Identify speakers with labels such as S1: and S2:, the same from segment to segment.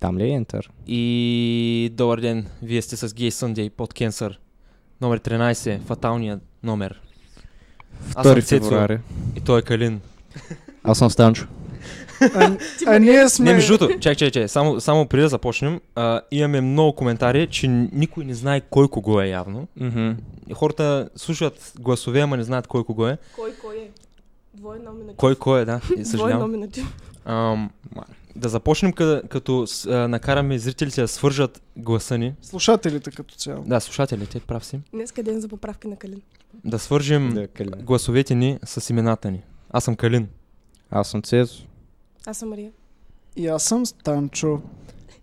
S1: Там ли е Enter?
S2: И добър ден, вие сте с Gay Sunday под Кенсър. Номер 13, фаталният номер. Аз съм
S1: 2
S2: Цецо.
S1: февруари.
S2: И той е Калин.
S3: Аз съм Станчо.
S4: А, а ние сме...
S2: Не, между другото, чак, чак, чак, само, само преди да започнем, а, имаме много коментари, че никой не знае кой кого е явно.
S1: Мгм.
S2: Хората слушат гласове, ама не знаят кой кого е.
S5: Кой кой е? Двоен номинатив.
S2: Кой кой е, да, и
S5: Двоен
S2: съжалявам.
S5: номинатив.
S2: Ам, да започнем къда, като с- а, накараме зрителите да свържат гласа ни.
S4: Слушателите като цяло.
S2: Да, слушателите, прав си.
S5: Днес е ден за поправки на Калин.
S2: Да свържем
S1: Да, Калин.
S2: гласовете ни с имената ни. Аз съм Калин.
S1: Аз съм Цезо.
S5: Аз съм Мария.
S4: И аз съм Станчо.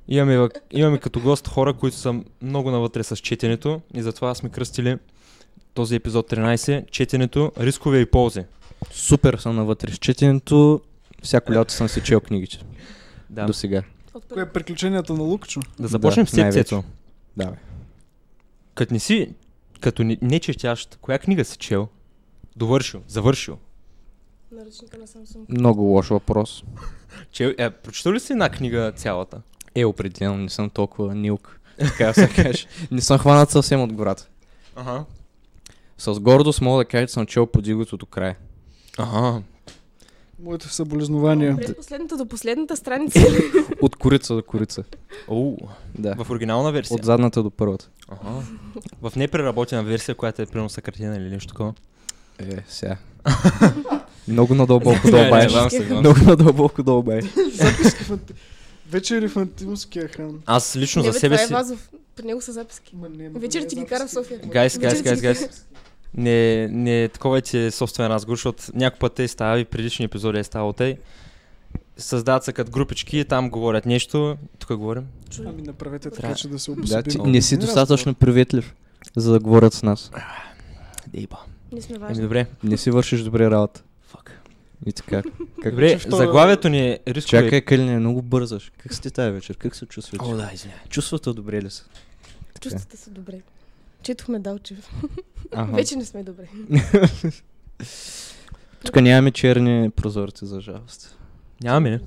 S2: Имаме, вък- имаме като гост хора, които са много навътре с четенето и затова сме кръстили този епизод 13 четенето, рискове и ползи.
S1: Супер съм навътре с четенето. Всяко лято съм си чел книгите.
S2: Да,
S1: До сега.
S5: От първи.
S4: Кое е приключенията на Лукчо?
S2: да започнем
S1: Да,
S2: с теб,
S1: най-вече.
S2: Цецо.
S1: Да, бе.
S2: Като не си, като не, не четящ, коя книга си чел? Довършил, завършил.
S5: Наръчника на Samsung.
S1: Много лош въпрос.
S2: Чел, е, прочитал ли си една книга цялата?
S1: Е, определено не съм толкова нилк. Така да се каже. Не съм хванат съвсем от гората.
S2: Ага.
S1: С гордост мога да кажа, че съм чел подигото до края.
S2: Ага.
S4: Моите съболезнования.
S5: Пред последната до последната
S2: Е,
S5: страница.
S1: От корица до корица.
S2: Оу.
S1: Да.
S2: В оригинална версия.
S1: От задната до първата.
S2: Ага. В непреработена версия, която е примерно съкратена или нещо такова.
S1: Е, сега. Много надълбоко
S2: Не, не,
S1: дълбаеш.
S2: знам се, знам се.
S1: Много надълбоко дълбаеш.
S4: Записки в анти- Вечери в антимския хан.
S2: Аз лично
S5: Не,
S2: за
S5: бе,
S2: себе
S5: това е
S2: си...
S5: Вазов. При него са записки.
S4: Ма не, ма
S5: Вечер
S4: не е
S5: ти ги
S4: записки.
S5: кара в София.
S2: Гайс, гайс,
S5: Вечер
S2: гайс,
S5: ти
S2: гайс. Не, не, такова е, че е собствен разговор, защото някой път те става и предишни епизоди е ставало те. Създават се като групички, там говорят нещо. Тук говорим.
S5: Чули.
S4: Ами направете така,
S2: Трябва.
S4: че да се
S1: Да,
S4: обособим.
S1: ти не си достатъчно приветлив, за да говорят с нас.
S2: Дейба.
S5: Ние сме
S2: Еми
S5: важни.
S2: добре.
S1: Не си вършиш добре работа.
S2: Фак.
S1: И така. Как...
S2: Добре,
S4: че втора-
S2: заглавието ни е рискове.
S1: Чакай, Калине, много бързаш. Как сте тази вечер? Как се чувствате?
S2: О, да, извиня.
S1: Чувствата добре ли са?
S5: Чувствате се добре. Четохме Далчев.
S1: Аха.
S5: Вече не сме добре.
S1: Тук нямаме черни прозорци, за жалост.
S2: Нямаме, не?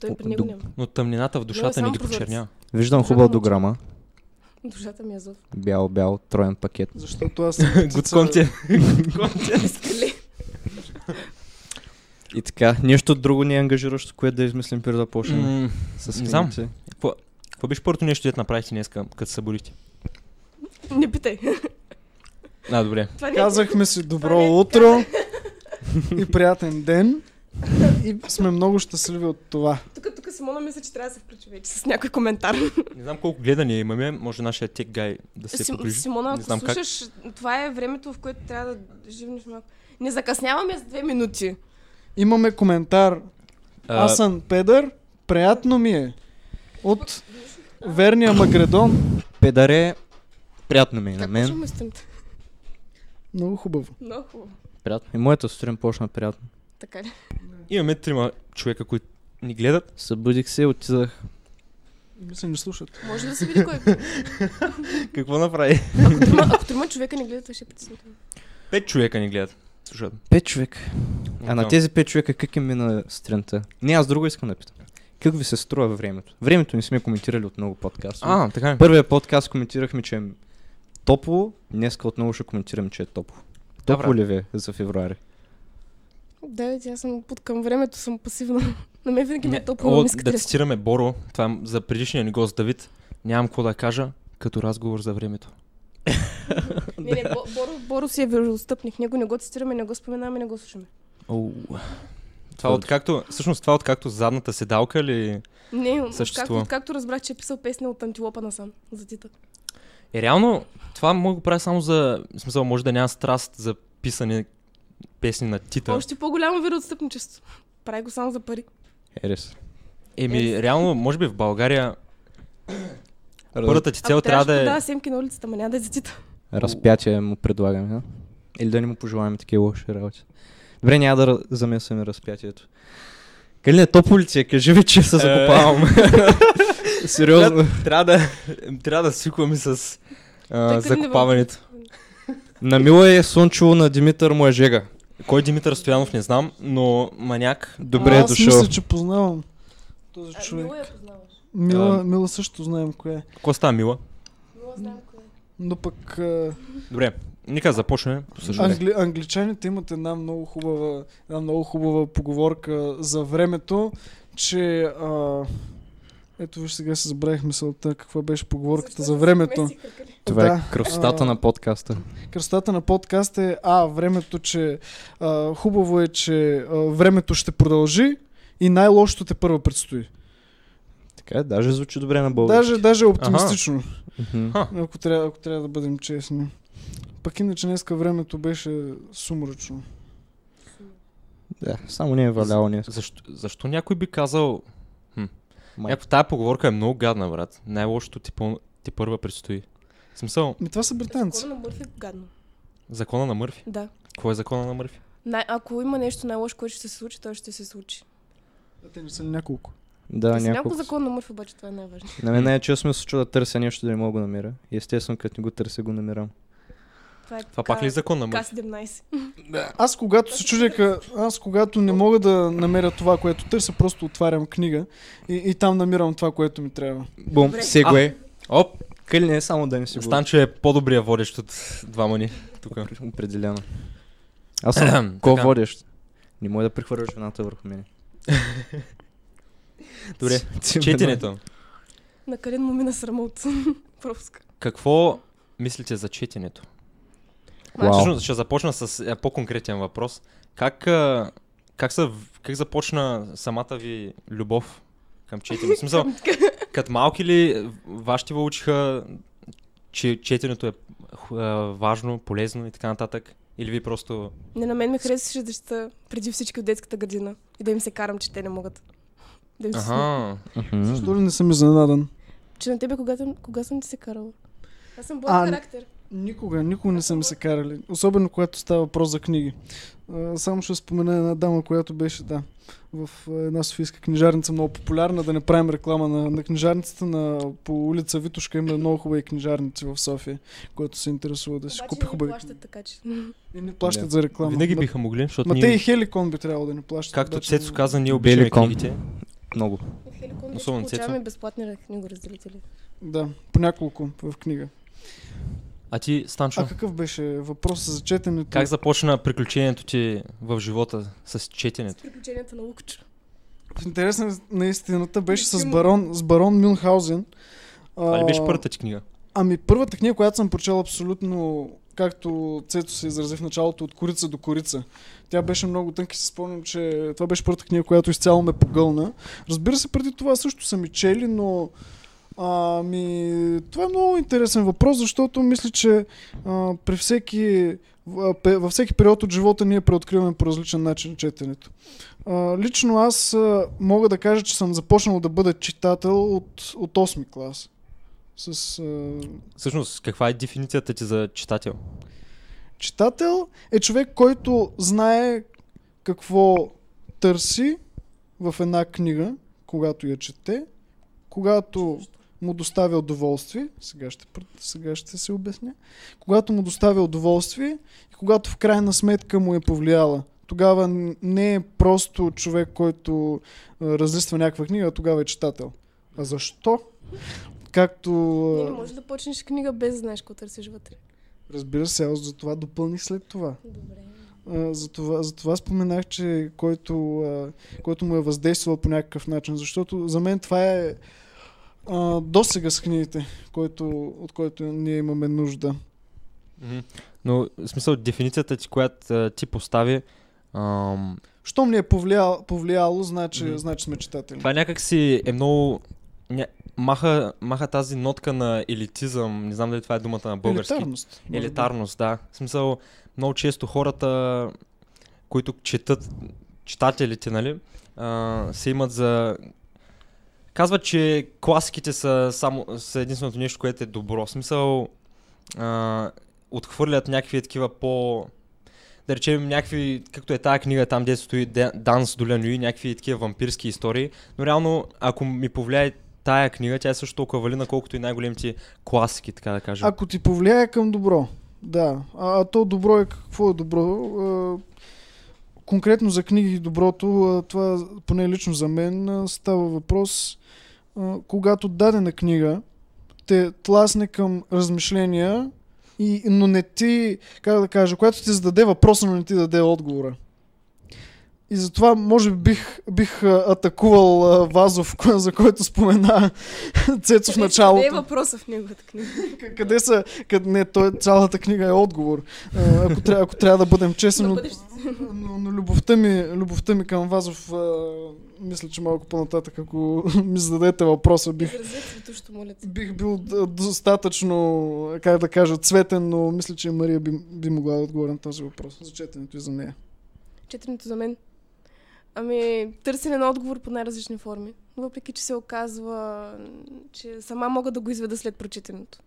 S5: Той при
S1: О,
S5: него
S1: доб-
S5: няма.
S2: но тъмнината в душата ни
S5: само
S2: ги
S5: прозорец.
S2: почерня.
S1: Виждам
S5: Само
S1: хубава
S5: момче.
S1: дограма.
S5: Душата ми е зов.
S1: Бял-бял, троен пакет.
S4: Защото аз...
S2: Good content. Good content.
S5: Скале.
S1: И така, нещо друго не е ангажиращо, което да измислим преди да почнем.
S2: М,
S1: С
S2: не знам.
S1: книгите.
S2: е. Какво беше първото нещо, дето направихте днеска, като се събудихте?
S5: Не питай.
S2: А, добре.
S5: Това не е.
S4: Казахме си добро
S5: Това не е
S4: утро и приятен ден. И сме много щастливи от това.
S5: Тук, тук Симона мисля, че трябва да се включи вече с някой коментар.
S2: Не знам колко гледания имаме, може нашия тек гай да се
S5: Сим,
S2: погрижи.
S5: Симона,
S2: Не знам
S5: ако
S2: как.
S5: слушаш, това е времето, в което трябва да живнеш малко. Не закъсняваме с две минути.
S4: Имаме коментар.
S2: А,
S4: Аз съм Педър. Приятно ми е. От верния Магредон.
S1: Педаре, приятно ми е на
S5: Как
S1: мен.
S5: почваме с темата?
S4: Много хубаво.
S5: Много хубаво.
S1: Приятно. И моята сутрин почна приятно.
S5: Така ли?
S2: Имаме трима човека, които ни гледат.
S1: Събудих се, отидах.
S4: Мисля, не слушат.
S5: Може ли да се види кой. е.
S2: Какво направи?
S5: Трима, ако трима човека не гледат, това ще е потисне.
S2: Пет човека ни гледат. Слушат.
S1: Пет човек. А на
S2: Оттам.
S1: тези пет човека как им мина сутринта? Не, аз друго искам да питам. Как ви се струва времето? Времето не сме коментирали от много подкаст.
S2: А, така е.
S1: Първия подкаст коментирахме, че е топло. Днеска отново ще коментираме, че е топло. Топло
S2: брат.
S1: ли ви е за февруари?
S5: Да, бе, аз съм под към времето, съм пасивна. На мен винаги ми
S2: Не,
S5: е толкова
S2: О,
S5: много
S2: да цитираме Боро, това е за предишния ни гост Давид. Нямам какво да кажа, като разговор за времето.
S5: Не, не, Бо- Боро, Боро си е вероотстъпник. Него не го цитираме, не го споменаваме, не го слушаме.
S2: Оу. Това
S1: Твърдо.
S2: откакто, всъщност това откакто задната седалка ли...
S5: Не, както,
S2: Съществува.
S5: откакто разбрах, че е писал песня от Антилопа насам, за Тита.
S2: Е, реално, това мога да го правя само за... В смисъл, може да няма страст за писане песни на Тита.
S5: Още по-голямо вероотстъпничество. Прави го само за пари.
S1: Ерес.
S2: Еми, реално, може би в България първата ти
S5: Ако
S2: цел трябва да е...
S5: Да, семки на улицата, ма няма да е за Тита.
S1: Разпятие му предлагаме, да? Или да не му пожелаем такива лоши работи. Добре, няма да раз- замесваме разпятието. Калине, топло ли ти е? Кажи ви, че се
S2: Е.
S1: закопавам. Сериозно.
S2: Трябва да, трябва да свикваме с а,
S5: Тъй като не
S2: закопаването.
S1: На Мила е слънчево, на Димитър му е жега.
S2: Кой е Димитър Стоянов не знам, но маняк.
S1: Добре
S4: а,
S1: е
S4: аз
S1: дошъл.
S4: мисля, че познавам. този
S5: А,
S4: човек.
S5: Мила я познаваш.
S4: Мила,
S2: А.
S4: мила също знаем кое е.
S2: Какво става, Мила?
S5: Мила знам кой е.
S4: Но пък а,
S2: Добре, нека започнем.
S4: англи, англичаните имат една много хубава, една много хубава поговорка за времето, че а, ето виж сега се забравих мисълта каква беше
S5: Защо
S4: поговорката
S5: се
S4: за времето.
S5: смеси кракали?
S1: Това
S4: Да,
S1: е красотата
S4: а,
S1: на подкаста.
S4: Красотата на подкаста е А, времето, че а, хубаво е, че а, времето ще продължи и най-лошото те първа предстои.
S1: Така, е, даже звучи добре на български.
S4: Даже, даже е оптимистично,
S1: Мгм.
S2: Ха.
S4: ако, трябва, ако трябва да бъдем честни. Пък иначе днеска времето беше сумрачно.
S1: Да, само не е валяло днес.
S2: Защо, защо някой би казал...
S1: Май.
S2: Някаква тая поговорка е много гадна, брат. Най-лошото ти, пъл- ти първа предстои. В смисъл,
S4: Ми това са британци.
S5: Закона на Мърфи е гадно.
S2: закона на Мърфи.
S5: Да.
S2: Кой е закона на Мърфи?
S5: Най- ако има нещо най-лошо, което ще се случи, то ще се случи.
S4: Те не са ли няколко?
S1: Да,
S5: С няколко
S1: няколко.
S5: закон на Мърфи, обаче това е най-важно.
S1: На мен най-често ме случва да търся нещо да не мога да го намеря. И Естествено, като не го търся, го намирам.
S5: Това е
S2: Това пак ли е закон на Мърфи?
S5: К-17.
S4: Аз когато се чудеха, аз когато не мога да намеря това, което търся, просто отварям книга и, и там намирам това, което ми трябва.
S1: Бум,
S5: Добре.
S1: сегуе.
S2: Оп,
S1: Къде не е само да не си го...
S2: Станчо е по-добрия водещ от двама ни. Тук.
S1: Определено. Аз съм ко
S2: Така.
S1: водещ. Не може да прехвърляш вината върху мене.
S2: Добре,
S1: Ти- ти-
S2: четенето.
S5: На Калин му мина срама от пропуска.
S2: Какво мислите за четенето?
S1: Вау.
S2: Всъщност Значи, ще започна с е, по-конкретен въпрос. Как, а, как, са, как започна самата ви любов към четене? В смисъл, като малки ли вашите ви учиха, че четенето е ху- а, важно, полезно и така нататък? Или ви просто...
S5: Не, на мен ми харесваше да чета преди всички от детската градина и да им се карам, че те не могат. Да им се смея.
S2: Аха,
S1: Мгм.
S4: Защо ли не съм изненадан?
S5: Че на тебе кога, съм- кога съм ти се карала? Аз съм
S4: А,
S5: благ характер.
S4: Никога, никога не са ми се карали. Особено когато става въпрос за книги. А, Само ще спомена една дама, която беше, да, в а, една софийска книжарница, много популярна, да не правим реклама на, на книжарницата, на, по улица Витушка има много хубави книжарници в София, които се интересува да си
S5: Обаче
S4: купи
S5: не
S4: хубави.
S5: плащат така, че...
S4: И не плащат
S1: Да.
S4: за реклама.
S2: винаги
S4: Ма-
S2: биха могли, защото
S4: Ма те и
S2: ние,
S4: Хеликон би трябвало да не плащат.
S2: както
S4: обаче
S2: Цецо
S4: не-
S2: каза, ние обичаме
S1: Бели ком.
S2: книгите.
S1: Много.
S5: Хеликон вече
S2: Особено Цецо.
S5: получаваме безплатни книгоразделители.
S4: Да, по няколко в книга.
S2: А ти, Станчо,
S4: А какъв беше въпросът за четенето?
S2: как започна приключението ти в живота с четенето?
S5: С приключенията на Лукчо.
S4: В интерес на- на истината е беше с
S5: Мюнхаузен.
S4: барон, с барон Мюнхаузен.
S2: Това ли беше
S4: А,
S2: първата ти книга?
S4: Ами първата книга, която съм прочел абсолютно, както Цето се изрази в началото, от корица до корица. Тя беше много тънка и си спомням, че това беше първата книга, която изцяло ме погълна. Разбира се, преди това също са ми чели, но Ами, това е много интересен въпрос, защото мисля, че а, при всеки, в- а, пе- във всеки период от живота ние преоткриваме по различен начин четенето. А, лично аз а, мога да кажа, че съм започнал да бъда читател от, от 8 клас. С, а,
S2: Всъщност, каква е дефиницията ти за читател?
S4: Читател е човек, който знае какво търси в една книга, когато я чете, когато му доставя удоволствие, сега ще, пр- сега ще се обясня, когато му доставя удоволствие и когато в крайна сметка му е повлияла. Тогава н- не е просто човек, който а, разлиства някаква книга, а тогава е читател. А защо? Както...
S5: Не, не
S4: а,
S5: можеш да почнеш книга без да знаеш какво търсиш вътре.
S4: Разбира се, аз за това допълних след това.
S5: Добре.
S4: А, Затова, затова споменах, че който, а, който му е въздействал по някакъв начин, защото за мен това е а, досега с книгите, който, от който ние имаме нужда.
S2: Но, в смисъл, дефиницията ти, която а, ти постави, ам,
S4: Щом ни е повлияло, повлияло значи,
S2: Мгм.
S4: значи сме читатели.
S2: това някак си е много... Ня... Маха, маха тази нотка на елитизъм, не знам дали това е думата на български.
S4: Елитарност. може би.
S2: Елитарност, да. В смисъл, много често хората, които четат, читателите, нали, а, се имат за... Казват, че класиките са, само, са единственото нещо, което е добро. В смисъл, а, отхвърлят някакви такива по... Да речем някакви, както е тая книга там, дето стои Де- Данс Доля Нюи, някакви такива вампирски истории. Но реално, ако ми повлияе тая книга, тя е също толкова валидна, колкото и най-големите класики, така да кажем.
S4: Ако ти повлияе към добро, да. А, а то добро е какво е добро? А, конкретно за книги и доброто, а, това поне лично за мен а, става въпрос, а, когато дадена книга те тласне към размишления, и, но не ти, как да кажа, която ти зададе въпроса, но не ти даде отговора. И затова, може би, бих, бих а, атакувал а, Вазов, ко- за който спомена Цецо в
S5: Къде-
S4: началото.
S5: Къде е въпроса в неговата книга?
S4: К- Къде са? Къде, не, той, цялата книга е отговор. А, Ако, тря, ако трябва да бъдем честни,
S5: На
S4: но,
S5: бъдещето.
S4: но, но любовта, ми, любовта ми към Вазов, а, мисля, че малко по-нататък, ако ми зададете въпроса, бих,
S5: Изрази цветущо, моля те.
S4: бих бил д- достатъчно, как да кажа, цветен, но мисля, че Мария би, би могла да отговори на този въпрос. За четенето и за нея.
S5: Четенето за мен. Ами, търсене на отговор под най-различни форми. Въпреки, че се оказва, че сама мога да го изведа след прочитането.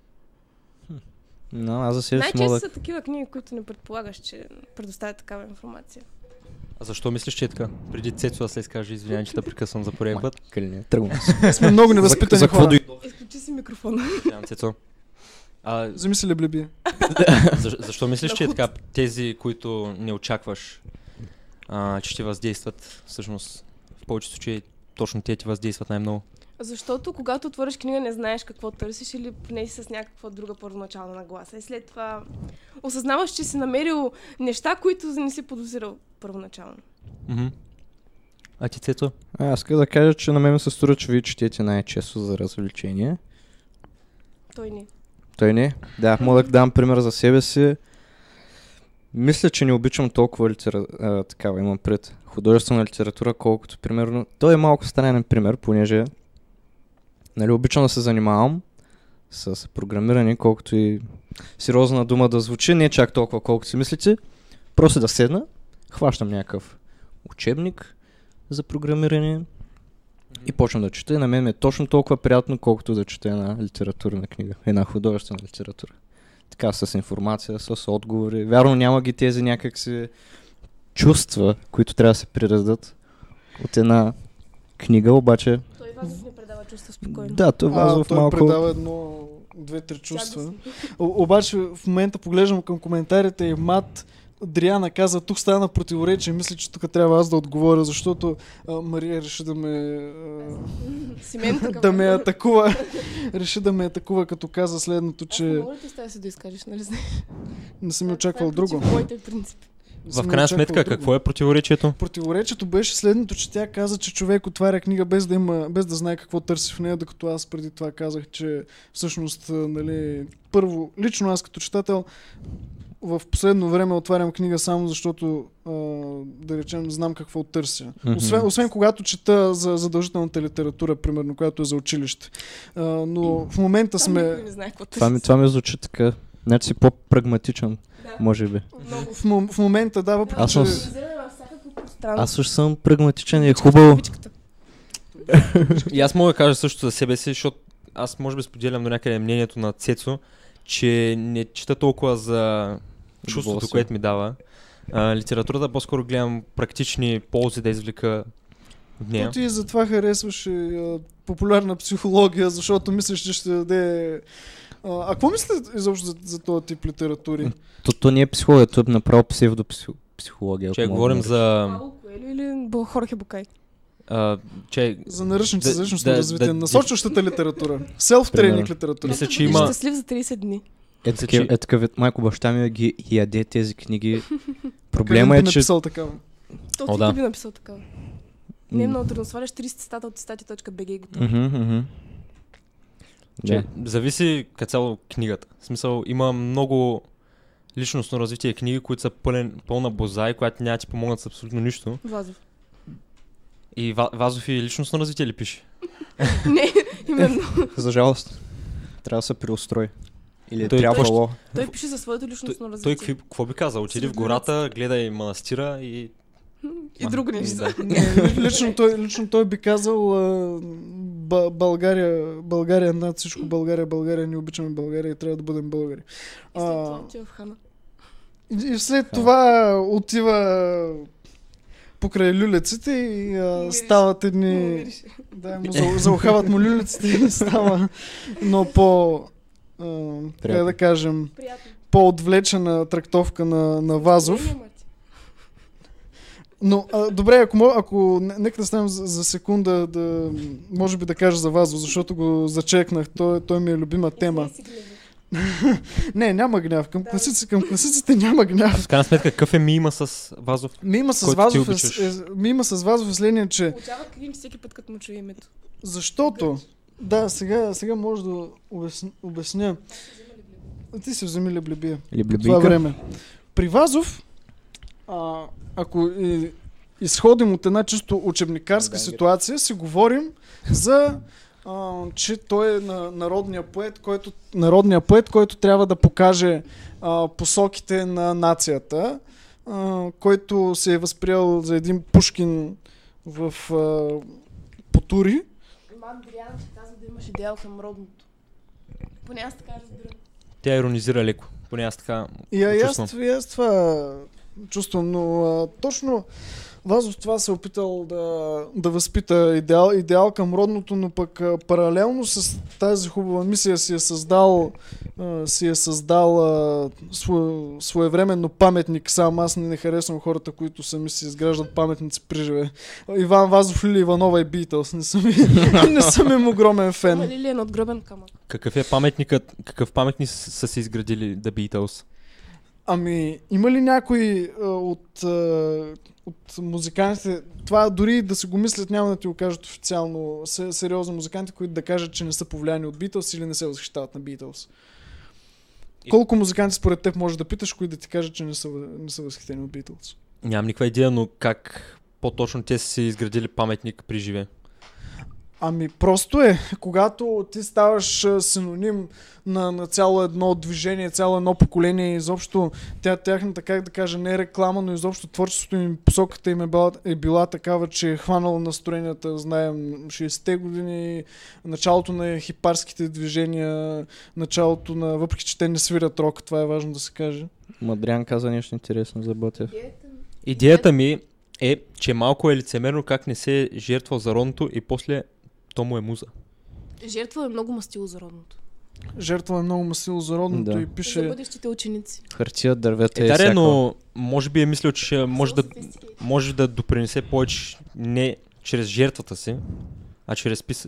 S1: Но аз за себе
S2: Значи
S1: си мога
S5: Най-често
S1: да...
S5: са такива книги, които не предполагаш, че предоставят такава информация.
S2: А защо мислиш, че е така? Преди Цецо да се изкаже, извинявай, че те прекъсвам за пореден път.
S1: Кълне, е, тръгвам се.
S4: Ние сме много невъзпитани
S1: за какво
S4: хора.
S1: дойдох?
S5: Изключи си микрофона.
S2: Извинявам, Цецо. А,
S4: Замисли ли би?
S2: за, защо мислиш, че е така? Тези, които не очакваш, а, че ти въздействат, всъщност в повечето случаи точно те ти въздействат най-много.
S5: Защото когато отвориш книга, не знаеш какво търсиш или поне си с някаква друга първоначална нагласа. И след това осъзнаваш, че си намерил неща, които не си подозирал първоначално.
S2: Мгм. А ти, Цецо?
S1: А, Аз иска да кажа, че на мен ми се струва, че вие четете най-често за развлечение.
S5: Той не.
S1: Той не. Да, мога да дам пример за себе си. Мисля, че не обичам толкова литера... а, такава, имам пред художествена литература, колкото примерно... Той е малко странен пример, понеже нали, обичам да се занимавам с програмиране, колкото и сериозна дума да звучи, не чак толкова колкото си мислите. Просто да седна, хващам някакъв учебник за програмиране и почвам да чета. И на мен ми е точно толкова приятно, колкото да чета една литературна книга, една художествена литература. Така с информация, с отговори. Вярно няма ги тези някакси чувства, които трябва да се прирадат от една книга, обаче
S5: Той Вазов не предава чувства спокойно.
S1: да, той
S4: А,
S1: Вазов
S4: той
S1: малко...
S4: предава едно, две-три чувства. О- обаче в момента поглеждам към коментарите и мат Дриана каза, тук стана противоречие, мисля, че тук трябва аз да отговоря, защото а, Мария реши да ме,
S5: Семен
S4: а, да ме е атакува. реши да ме атакува, като каза следното, че
S5: Моля ти, стая се да изкажеш, нали?
S4: не
S5: е
S4: съм очаквал друго.
S5: Моите принципи.
S4: Не съм
S2: В
S4: я
S2: крайна
S4: очаквал
S2: сметка,
S4: друго.
S2: какво е противоречието?
S4: Противоречието беше следното, че тя каза, че човек отваря книга без да, има, без да знае какво търси в нея, докато аз преди това казах, че всъщност, а, нали, първо, лично аз като читател в последно време отварям книга само защото, а, да речем, знам какво търся.
S1: Мгм.
S4: Освен, освен когато чета за задължителната литература, примерно, която е за училище. А, но в момента
S5: Там никой
S4: сме...
S5: не знае какво
S1: Това ми, това ми звучи така. Значи си по-прагматичен,
S5: Да.
S1: може би.
S5: Много.
S4: В, мом- в момента, да, въпреки
S1: Аз
S4: че...
S1: съм
S5: Да, влизаме във всякакво пространство.
S1: Аз също съм прагматичен и е хубаво.
S5: Обичката.
S2: И аз мога да кажа също за себе си, защото аз може би споделям до някъде мнението на Цецо, че не чета толкова за чувството,
S1: Удоволствие.
S2: което ми дава. А, литературата по-скоро гледам практични ползи да извлека от
S4: Не.
S2: нея.
S4: Ти затова харесваш и, а, популярна психология, защото мислиш, че ще даде... А, а какво мислите изобщо за, за този тип литератури?
S1: То, то не е психология, то е направо псевдопсихология.
S2: Че говорим за...
S5: Пауло Коелю или Бо- Хорхе Букай.
S2: А, че,
S4: За наръчници
S2: Да-
S4: за личностно
S2: да-
S4: развитие,
S2: да-
S4: насочващата литература, селф-тренинг
S1: Примерно.
S4: литература.
S2: мисля, че
S5: Бъди
S2: има...
S5: щастлив за 30 дни.
S1: Е,
S2: Мисля,
S1: такива,
S2: че-
S1: е такъв вид. Майко, баща ми ги яде тези книги.
S4: Калин
S1: Проблема
S4: би
S1: е, че...
S4: написал такава.
S5: То
S2: О,
S5: ти
S2: да.
S5: би написал такава. Не е много трудно. Сваляш 30 цитата от цитати.bg и готово.
S1: Мгм, мгм. Да.
S2: Че, зависи като цяло книгата. В смисъл, има много личностно развитие книги, които са пълен, пълна боза и която няма да ти помогнат с абсолютно нищо.
S5: Вазов.
S2: И Ва- Вазов и личностно развитие ли пише?
S5: Не, именно.
S1: За жалост. Трябва да се преустрой. Или е
S2: Той-
S1: трябвало.
S5: Той пише за своето личностно
S2: Той
S5: развитие.
S2: какви, какво би казал? Отиди в
S5: Абсолютно
S2: гората, гледай манастира и...
S5: И друго нещо.
S2: Да.
S4: Не, ли- лично, той, лично той би казал а, Ба- България, България е над всичко, България, България, ние обичаме България и трябва да бъдем българи.
S5: И след
S4: А,
S5: това отива в Хана.
S4: И след това отива покрай люлеците и а,
S5: Мириш.
S4: стават
S5: Много
S4: едни...
S5: мирише.
S4: Да, му за- заухават му люлеците и става но по... А, как да кажем,
S5: Приятно. Е,
S4: по-отвлечена трактовка на, на Вазов.
S5: Няма ти.
S4: Но, а, добре, ако, мога, ако не- нека да ставим за, за секунда, да, може би да кажа за Вазо, защото го зачекнах. Той, той ми е любима тема. Не, няма гняв. Към,
S5: Да.
S4: класици, към класиците няма гняв.
S2: В крайна сметка, какъв е мима с Вазов?
S4: Мима с,
S2: Който ти
S4: Вазов е,
S2: обичаш.
S4: с- е, мима с Вазов е следния, че
S5: Получава клинч всеки път, като му чуя името.
S4: защото... Да, сега, сега може да обясня. обясня. Ти си вземи леблебия.
S1: Или
S4: по това
S1: блебийка.
S4: време. При Вазов, а, ако и, изходим от една чисто учебникарска
S1: Дангер.
S4: ситуация, си говорим за а, че той е на, народния поет, който, народния поет, който трябва да покаже а, посоките на нацията, а, който се е възприел за един Пушкин в а, Потури.
S5: Мат Бриан ще казва да имаш идеал към родното. Поне аз така разбирам.
S2: Тя иронизира леко. Поне аз така.
S4: И, а, и аз,
S2: Чувствам.
S4: това- и аз това чувствам, но а, точно Вазов това се е опитал да, да възпита идеал, идеал към родното, но пък а, паралелно с тази хубава мисия си е създал, а, си е създал а, свое, своевременно паметник. Сам аз не, не харесвам хората, които сами си изграждат паметници при живе. Иван Вазов, Лили Иванова и Битълс. Не съм, не съм им огромен
S5: Ама
S4: фен.
S5: ли ли е надгробен камък?
S2: Какъв е паметникът? Какъв паметник с- са се изградили The Beatles?
S4: Ами, има ли някой а, от, а, от музикантите, това дори да се го мислят, няма да ти го кажат официално, се- сериозно музиканти, които да кажат, че не са повлияни от Beatles или не се възхищават на Beatles? Колко музиканти според теб може да питаш, които да ти кажат, че не са, не са възхитени от Beatles?
S2: Нямам никаква идея, но как по-точно те са си изградили паметник при живе?
S4: Ами просто е, когато ти ставаш а, синоним на, на цяло едно движение, цяло едно поколение, изобщо тя, тяхната, как да кажа, не е реклама, но изобщо творчеството им, посоката им е била, е била такава, че е хванала настроенията, знаем, 60-те години, началото на хипарските движения, началото на, въпреки че те не свирят рок, това е важно да се каже.
S1: Мадриан каза нещо интересно за Ботев.
S2: Идеята ми е, че малко е лицемерно как не се е жертвал за родното и после то му е муза.
S5: Жертва е много мастило за родното.
S4: Жертва е много масило за родното
S1: Да.
S4: и
S5: За
S4: пише...
S5: бъдещите ученици.
S1: Хартия, дървета
S2: Е,
S1: и
S2: да,
S1: всяко.
S2: ре, но може би е мислил, че ще може да,
S5: Sophisticated.
S2: може да допринесе повече не чрез жертвата си, а чрез пис...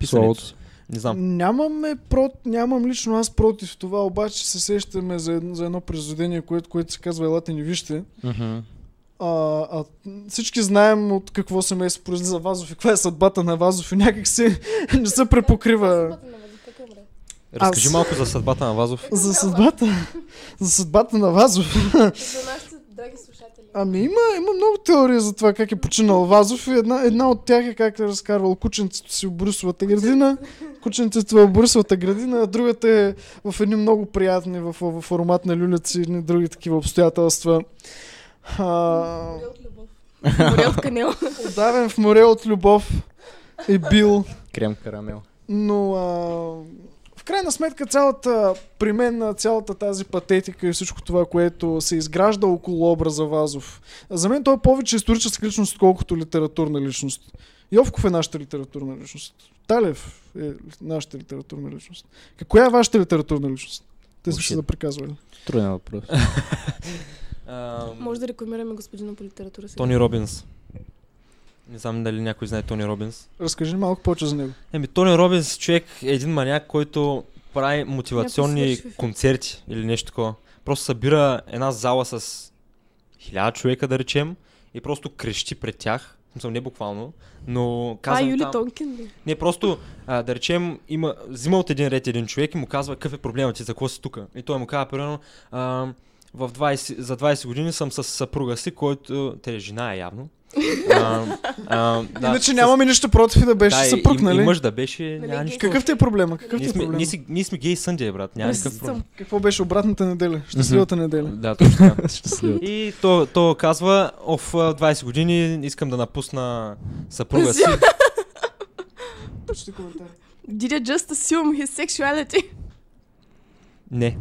S2: писането.
S1: Словото.
S2: Не знам.
S4: Нямаме прот, нямам лично аз против това, обаче се сещаме за едно, за едно произведение, което, което се казва Елате ни вижте.
S1: Мгм.
S4: А, а, всички знаем от какво семейство произлиза Вазов и каква е съдбата на Вазов и някак се не се препокрива
S2: Разкажи
S4: Аз-
S2: малко за съдбата на Вазов.
S4: за съдбата, за съдбата на Вазов.
S5: За нашите драги слушатели.
S4: Ами има, има много теории за това как е починал Вазов и една, една от тях е как е разкарвал кученцето си в Борисовата градина, кученцето е в Борисовата градина, а другата е в едни много приятни в, в формат на люляци и едни други такива обстоятелства. А,
S5: Горя от любов. Горя от канел.
S4: удавен в море от любов е бил
S1: Крем карамел.
S4: Но а, в крайна сметка цялата, при мен а, цялата тази патетика и всичко това, което се изгражда около образа Вазов, а за мен той е повече историческа личност, отколкото литературна личност. Йовков е нашата литературна личност. Талев е нашата литературна личност. Ка- Коя е вашата литературна личност? Те
S2: Oh,
S4: са се
S2: shit.
S4: заприказвали.
S1: Труден въпрос.
S2: Ам,
S5: Може да рекламираме господина по литература сега.
S2: Тони Робинс. Не знам дали някой знае Тони Робинс.
S4: Разкажи ни малко повече за него.
S2: Еми, Тони Робинс човек е един маняк, който прави мотивационни
S5: Някой свършва.
S2: концерти или нещо такова. Просто събира една зала с хиляда човека, да речем, и просто крещи пред тях. В Смисъл, не буквално, но
S5: Това
S2: казва.
S5: е Юли
S2: там...
S5: Тонкин ли?
S2: Не, просто, а, да речем, има, взима от един ред един човек и му казва какъв е проблемът ти, за какво си тука. И той му казва, примерно, а, в 20, за 20 години съм с съпруга си, който... Те, жена е явно. А, а, да,
S4: Иначе
S2: с-
S4: нямаме нищо против и да беше
S2: да,
S4: да,
S2: и-
S4: съпруг,
S2: и,
S4: нали?
S2: и мъж да беше, няма
S5: гей.
S2: нищо.
S4: Какъв ти е проблема? Какъв ти
S2: Ние
S4: е
S2: сме,
S4: проблем?
S2: ние, си, ние сме гей съндия, брат. Няма никакъв
S5: Расизъм.
S2: проблем.
S4: Какво беше обратната неделя? Щастливата неделя.
S2: Да, точно така.
S1: Щастлив.
S2: И то, то казва, оф, 20 години искам да напусна съпруга си.
S4: Почти коментар.
S5: Did I just assume his sexuality?
S2: Не.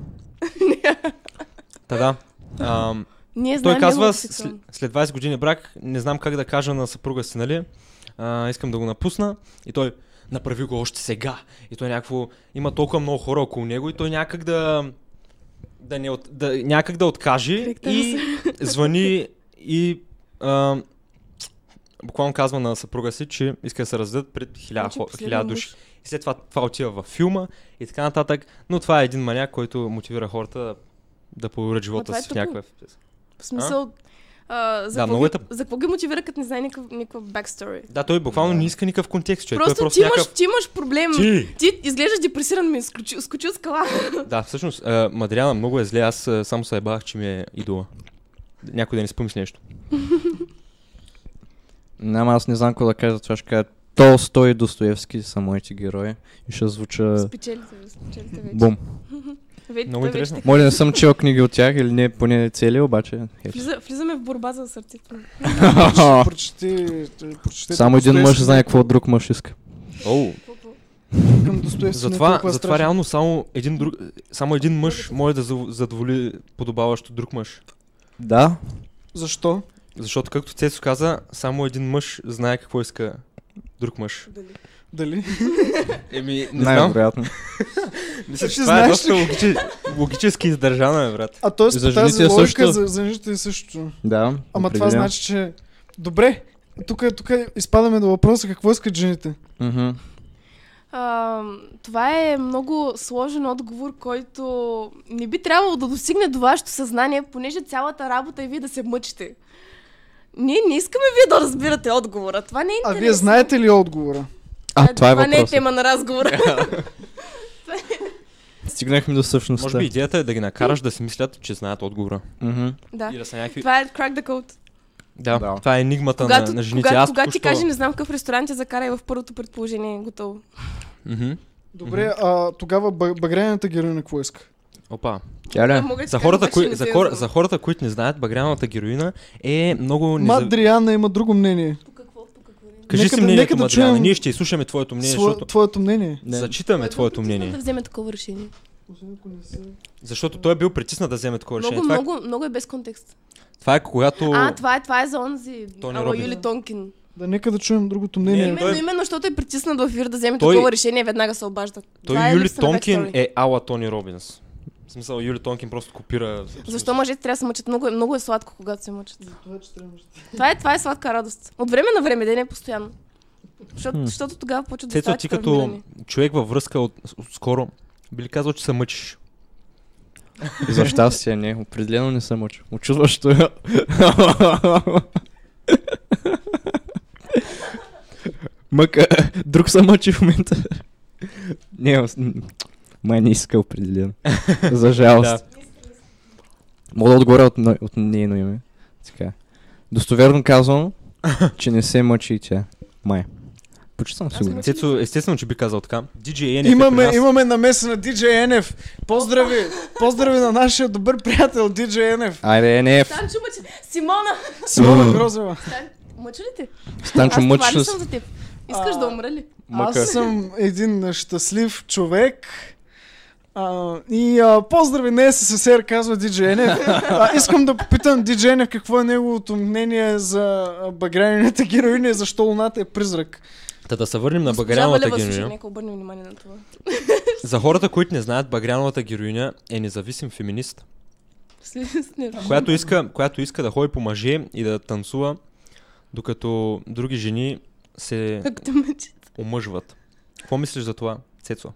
S2: Та да. Ам,
S5: Ние знаем
S2: Той казва,
S5: неговата
S2: с- след,
S5: сексуалност.
S2: след 20 години брак, не знам как да кажа на съпруга си, нали? А, искам да го напусна. И той, направи го още сега. И той някакво, има толкова много хора около него и той някак да, да, не от, да някак да откаже
S5: Коректен
S2: и звъни и а, буквално казва на съпруга си, че иска да се раздадат пред хиляда
S5: Значи
S2: хо-
S5: последен
S2: хиляда
S5: мъж.
S2: души. И след това това отива във филма и така нататък. Но това е един маняк, който мотивира хората да, да подобрят живота
S5: това е
S2: си в
S5: тъпо.
S2: някаква...
S5: В смисъл, а, за,
S2: Да,
S5: какво
S2: много е
S5: ги,
S2: тъп.
S5: за какво ги мотивира, като не знае никакъв, никакъв backstory?
S2: Да, той буквално не иска никакъв контекст, човек.
S5: Просто,
S2: той е просто
S5: ти, имаш,
S2: някакъв...
S5: ти имаш проблем.
S2: Ти!
S5: Ти изглеждаш депресиран, ми скочи, скочи от скала.
S2: Да, всъщност, а, Мадриана много е зле, аз а, само се ебах, че ми е идола. Някой да не спомни нещо.
S1: Няма, аз не знам какво да кажа, това ще кажа. Толстой и Достоевски са моите герои. И ще звуча...
S5: Спечелите, ви, спечелите вече.
S1: Бум.
S5: Ве-
S2: Е. Много
S5: Е, той
S2: интересно.
S5: Вече,
S1: Моля, не съм чел книги от тях или не поне цели, обаче... е.
S5: така- влиза, влизаме в борба за сърцето.
S4: Прочети, прочети
S1: Само един мъж знае какво друг мъж иска.
S2: Оу,
S5: Колко-
S4: Към Достоевски не е
S2: Затова,
S4: толкова
S2: затова
S4: страшно.
S2: реално само един друг, само един мъж може да зав- задоволи подобаващо друг мъж.
S1: Да,
S4: Защо?
S2: Защото както Цецо каза, само един мъж знае какво иска друг мъж.
S5: дали?
S4: Дали?
S2: Еми, не знам.
S1: най-вероятно.
S2: Мисля, че
S4: Ще
S2: това е
S4: знаеш
S2: доста логичи, логически издържано, е, брат.
S4: А т.е.
S1: За
S4: по тази
S1: жените е
S4: логика
S1: същото.
S4: за, за жените е същото.
S1: Да.
S4: Ама това
S1: определено.
S4: значи, че... Добре, тук, тук изпадаме до въпроса какво искат жените.
S1: Мгм.
S5: А, това е много сложен отговор, който не би трябвало да достигне до вашето съзнание, понеже цялата работа е вие да се мъчите. Ние не искаме вие да разбирате отговора. Това не е
S4: А
S5: интересно.
S4: вие знаете ли отговора?
S1: А, това е
S5: това не е
S1: въпросът.
S5: тема на разговора.
S1: Стигнахме до същността.
S2: Може би идеята е да ги накараш да си мислят, че знаят отговора.
S1: Мгм.
S5: да.
S2: И да са някакви...
S5: Това е crack the code.
S2: Да,
S1: Да.
S2: това е енигмата
S5: Когато,
S2: на, на жените.
S5: когато,
S2: Аз
S5: когато ти
S2: току-що-
S5: каже не знам какъв ресторант те закара и в първото предположение е готово.
S2: Мгм.
S4: Добре, а тогава ба- багряната героиня какво иска?
S2: Опа.
S1: Тя ли? е?
S5: Мога да ти
S2: За
S5: кажа,
S2: хората,
S5: обаче, не
S2: кои, за,
S5: те
S2: хора,
S5: знам.
S2: за хората, които не знаят, багряната героина е много... Незав...
S4: Мадриана има друго мнение.
S5: По какво, по какво не?
S2: Кажи
S4: Нека
S2: си
S4: да-
S2: мнението,
S4: нека да
S2: Мадриана.
S4: чуем-
S2: Ние ще изслушаме твоето мнение,
S4: Сво-
S2: защото...
S4: Твоето мнение.
S1: Не.
S2: Зачитаме твоето
S5: Да
S2: мнение.
S5: вземе такова решение.
S2: Защото той е бил притиснат да вземе такова решение.
S5: Много,
S2: Това, е-
S5: много, много е без контекст.
S2: това е когато...
S5: А, това е, това е за онзи.
S2: Тони
S5: Ама
S2: Робинс.
S5: Юли Тонкин.
S4: Да, нека да чуем другото
S2: Не,
S4: мнение.
S5: Именно,
S2: той-
S5: именно, защото е притиснат в ефир да вземе
S2: Той-
S5: такова решение, веднага се обаждат.
S2: Той
S5: Това е
S2: Юли
S5: липса на
S2: Тонкин
S5: backstory.
S2: е ала Тони Робинс. В смисъл, Юли Тонкин просто копира...
S5: Защо мъжете трябва да се мъчат? Много, е- много е сладко, когато се мъчат.
S4: Това, че трябва да-
S5: Това е, това е сладка радост. От време на време, да не е постоянно. Защото, защото тогава почват да
S2: Цецо,
S5: стават
S2: ти
S5: травмирани.
S2: като човек във връзка от, от скоро, би ли казал, че се мъчиш?
S1: За щастие не, определено не съм мъчил. Очудващо е. Мъка, е, друг съм мъчи в момента. Не, аз- м, май не иска определено. За жалост. Мога да отговоря от, но- от нейно име. Така. Достоверно казвам, че не се мъчи и тя. Май. Почти съм сигурен.
S5: мъча.
S2: Цецо, естествено, че би казал така. DJ Енев е
S4: Имаме,
S2: при нас.
S4: имаме намеса на DJ NF. Поздрави! Поздрави на нашия добър приятел DJ NF.
S1: Айде, не,
S5: Станчо мъчи. Симона!
S4: Симона Грозева.
S5: Стан... Мъча ли те?
S1: Станчо
S5: Аз това
S1: мъчи
S5: ли
S1: с
S5: съм за теб? Искаш
S4: А,
S5: да умра ли?
S1: мъка.
S4: Аз съм един щастлив човек. А, и а, поздрави не СССР, казва DJ NF. А, искам да попитам DJ NF какво е неговото мнение за а, багрянината героиня и защо луната е призрак.
S2: Та да се върнем на
S5: Госпожа
S2: Багряновата
S5: Валева, слушай,
S2: героиня.
S5: Нека обърнем внимание на това.
S2: За хората, които не знаят, Багряновата героиня е независим феминист,
S5: След- не,
S2: Ами, която иска, която иска да ходи по мъже и да танцува, докато други жени се
S5: Как те мъчи?
S2: омъжват. Какво мислиш за това, Цецо?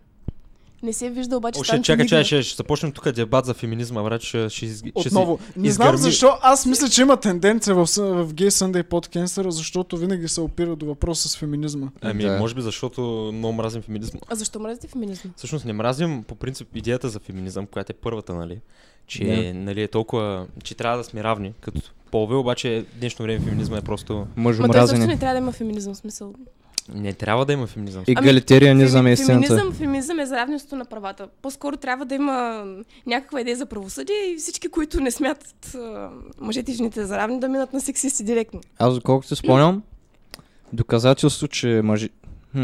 S5: Не се вижда обаче
S2: О, ще,
S5: Станчо
S2: чакай,
S5: Мигна.
S2: чакай, ще, ще започнем тук дебат за феминизма, брат, ще, ще, изг- ще
S4: Отново. Не знам
S2: изгърми.
S4: защо. Аз мисля, че има тенденция в, с- в Gay Sunday Podcast, защото винаги се опира до въпроса с феминизма.
S2: Си... Ами,
S1: Да.
S2: може би защото много мразим феминизма.
S5: А защо мразите феминизма?
S2: Всъщност не мразим по принцип идеята за феминизъм, която е първата, нали? Че
S1: Да.
S2: нали, е толкова, че трябва да сме равни като полове, обаче в днешно време феминизма е просто...
S5: Ма той също
S1: мъжомразене.
S5: не трябва да има феминизъм, в смисъл.
S2: Не трябва да има феминизъм. И...
S1: Егалитарианизъм е истината.
S5: Ами, феминизъм, феминизъм е за равенството на правата. По-скоро трябва да има някаква идея за правосъдие и всички, които не смятат а, мъжете и жените за равни, да минат на сексисти директно.
S1: Аз доколкото се спомням, доказателство, че мъжи... Хм.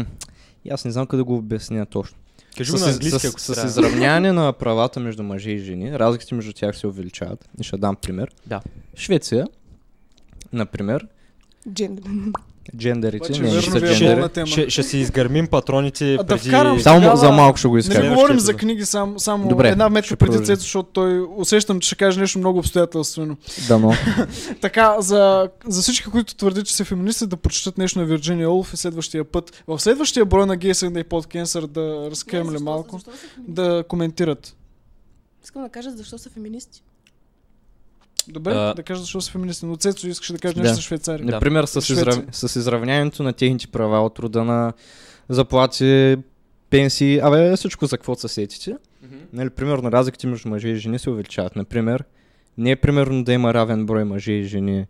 S1: и Аз не знам къде го обясня точно.
S2: Кажи го на
S1: С,
S2: английски,
S1: из-
S2: ако
S1: с,
S2: с,
S1: с
S2: трябва.
S1: изравняване на правата между мъже и жени, разликите между тях се увеличават. И ще дам пример.
S2: Да.
S1: Швеция, например,
S5: Джендър.
S1: Джендерите,
S4: Обаче,
S1: не, не
S4: верно
S1: са
S4: ви е
S1: джендери.
S4: болна тема.
S2: Ще, ще си изгърмим патроните
S4: А, да
S2: преди...
S4: вкарам
S1: Само
S4: Тогава-
S1: за малко ще го
S4: Не да
S1: изкажа.
S4: говорим за
S2: епизод.
S4: книги, само, само
S1: Добре,
S4: една
S1: ще
S4: метка преди
S1: продължим.
S4: Цецо, защото той усещам, че ще каже нещо много обстоятелствено.
S1: Дано.
S4: Така, за, за всички, които твърдят, че са феминисти, да прочетат нещо на Вирджиния Олф и следващия път. В следващия брой на Gay Sunday Podcast да разкрием ли
S5: защо-
S4: малко,
S5: Защо са феминисти?
S4: да коментират.
S5: Искам да кажа защо са феминисти.
S4: Добре,
S2: А.
S4: да кажа защо са феминисти, но Цецо искаше да каже
S1: Да.
S4: нещо за Швейцария.
S1: Например, с,
S4: Швеция.
S1: израв... с изравняването на техните права от рода на заплати, пенсии, абе всичко за какво се сетите. Нали, примерно разликите между мъже и жени се увеличават. Например, не е примерно да има равен брой мъже и жени